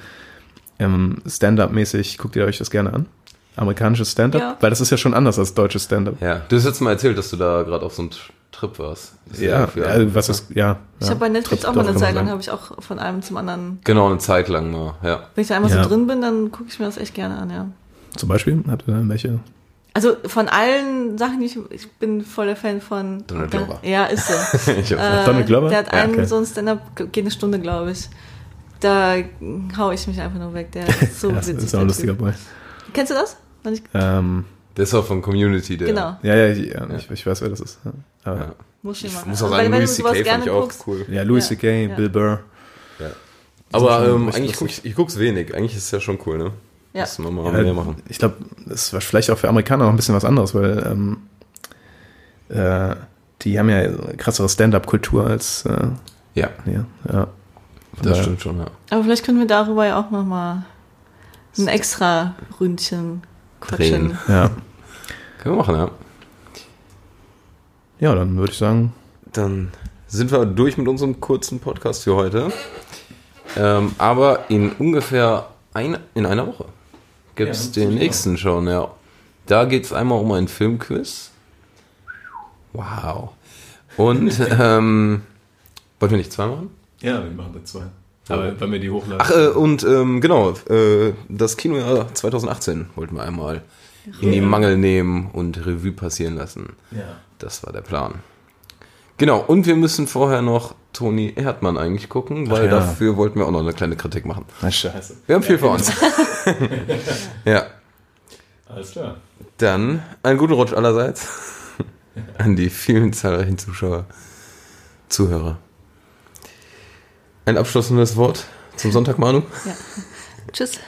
S3: ähm, Stand-up-mäßig, guckt ihr euch das gerne an? Amerikanisches Stand-up?
S2: Ja.
S3: Weil das ist ja schon anders als deutsches Stand-up.
S1: Ja, du hast jetzt mal erzählt, dass du da gerade auf so einem Tr- Trip warst.
S3: Ja, also was ist, ja.
S2: Ich
S3: ja.
S2: habe bei Netflix
S3: Trotz-
S2: auch mal eine
S3: doch, kann man
S2: Zeit lang,
S3: sagen.
S2: habe ich auch von einem zum anderen.
S1: Genau, eine Zeit lang mal, ja. [LAUGHS]
S2: Wenn ich da einmal
S3: Ja.
S2: so drin bin, dann gucke ich mir das echt gerne an, ja.
S3: Zum Beispiel, habt ihr da welche?
S2: Also von allen Sachen, die ich, ich bin voller Fan von.
S1: Donald Glover.
S2: Ja, ist
S1: [LAUGHS]
S2: so.
S1: Ich hab-
S2: Äh,
S3: Donald Glover?
S2: Der hat
S3: Ja,
S2: einen
S3: okay.
S2: so ein Stand-up, geht eine Stunde, glaube ich. Da hau ich mich einfach nur weg. Der ist so
S3: [LAUGHS] ja, das
S2: witzig.
S3: ist auch
S2: der
S3: ein lustiger
S2: Typ.
S3: Boy.
S2: Kennst du das? Noch nicht-
S3: Ähm,
S1: Der ist auch von Community, der.
S2: Genau.
S3: ja, ja, ich, ja, Ich, ich weiß, wer das ist. Aber,
S1: Ja.
S3: ja.
S2: Muss ich
S1: Ich
S2: mal.
S1: muss auch
S2: Weil
S1: sagen,
S2: wenn
S1: Louis
S2: du sowas
S1: C.K. fand ich
S2: gerne
S1: auch
S2: guckst,
S1: cool.
S3: Louis
S2: Ja.
S3: C.K.,
S2: Ja.
S3: Bill Burr.
S1: Aber
S3: schon
S1: ähm,
S3: echt
S1: eigentlich gucke ich, ich guck's wenig. Eigentlich ist es ja schon cool, ne?
S2: Ja.
S1: Müssen wir mal
S3: Ja,
S1: mehr machen.
S3: Ich glaube, das war vielleicht auch für Amerikaner noch ein bisschen was anderes, weil ähm, äh, die haben ja eine krassere Stand-up-Kultur als äh,
S1: Ja,
S3: ja, ja. Von
S1: das
S3: daher-
S1: stimmt schon, ja.
S2: Aber vielleicht können wir darüber ja auch nochmal ein extra Ründchen quatschen.
S1: Drehen.
S3: Ja.
S1: Können wir machen, ja.
S3: ja, dann würde ich sagen,
S1: Dann sind wir durch mit unserem kurzen Podcast für heute. Ähm, aber in ungefähr ein, in einer Woche gibt es den nächsten schon, ja. Da geht es einmal um einen Filmquiz. Wow. Und ähm, wollten wir nicht zwei machen?
S5: Ja, wir machen da zwei. Aber wenn wir die hochladen.
S1: Ach, äh, und ähm, genau, äh, das Kinojahr 2018 wollten wir einmal in die Mangel nehmen und Revue passieren lassen.
S5: ja.
S1: Das war der Plan. Genau, und wir müssen vorher noch Toni Erdmann eigentlich gucken, weil
S3: Ach ja.
S1: dafür wollten wir auch noch eine kleine Kritik machen.
S3: na scheiße.
S1: Wir haben viel vor
S3: [LAUGHS]
S1: uns. ja,
S5: Alles klar.
S1: dann einen guten Rutsch allerseits [LAUGHS] an die vielen zahlreichen Zuschauer, Zuhörer. Ein abschließendes Wort zum Sonntag, Manu.
S2: Tschüss.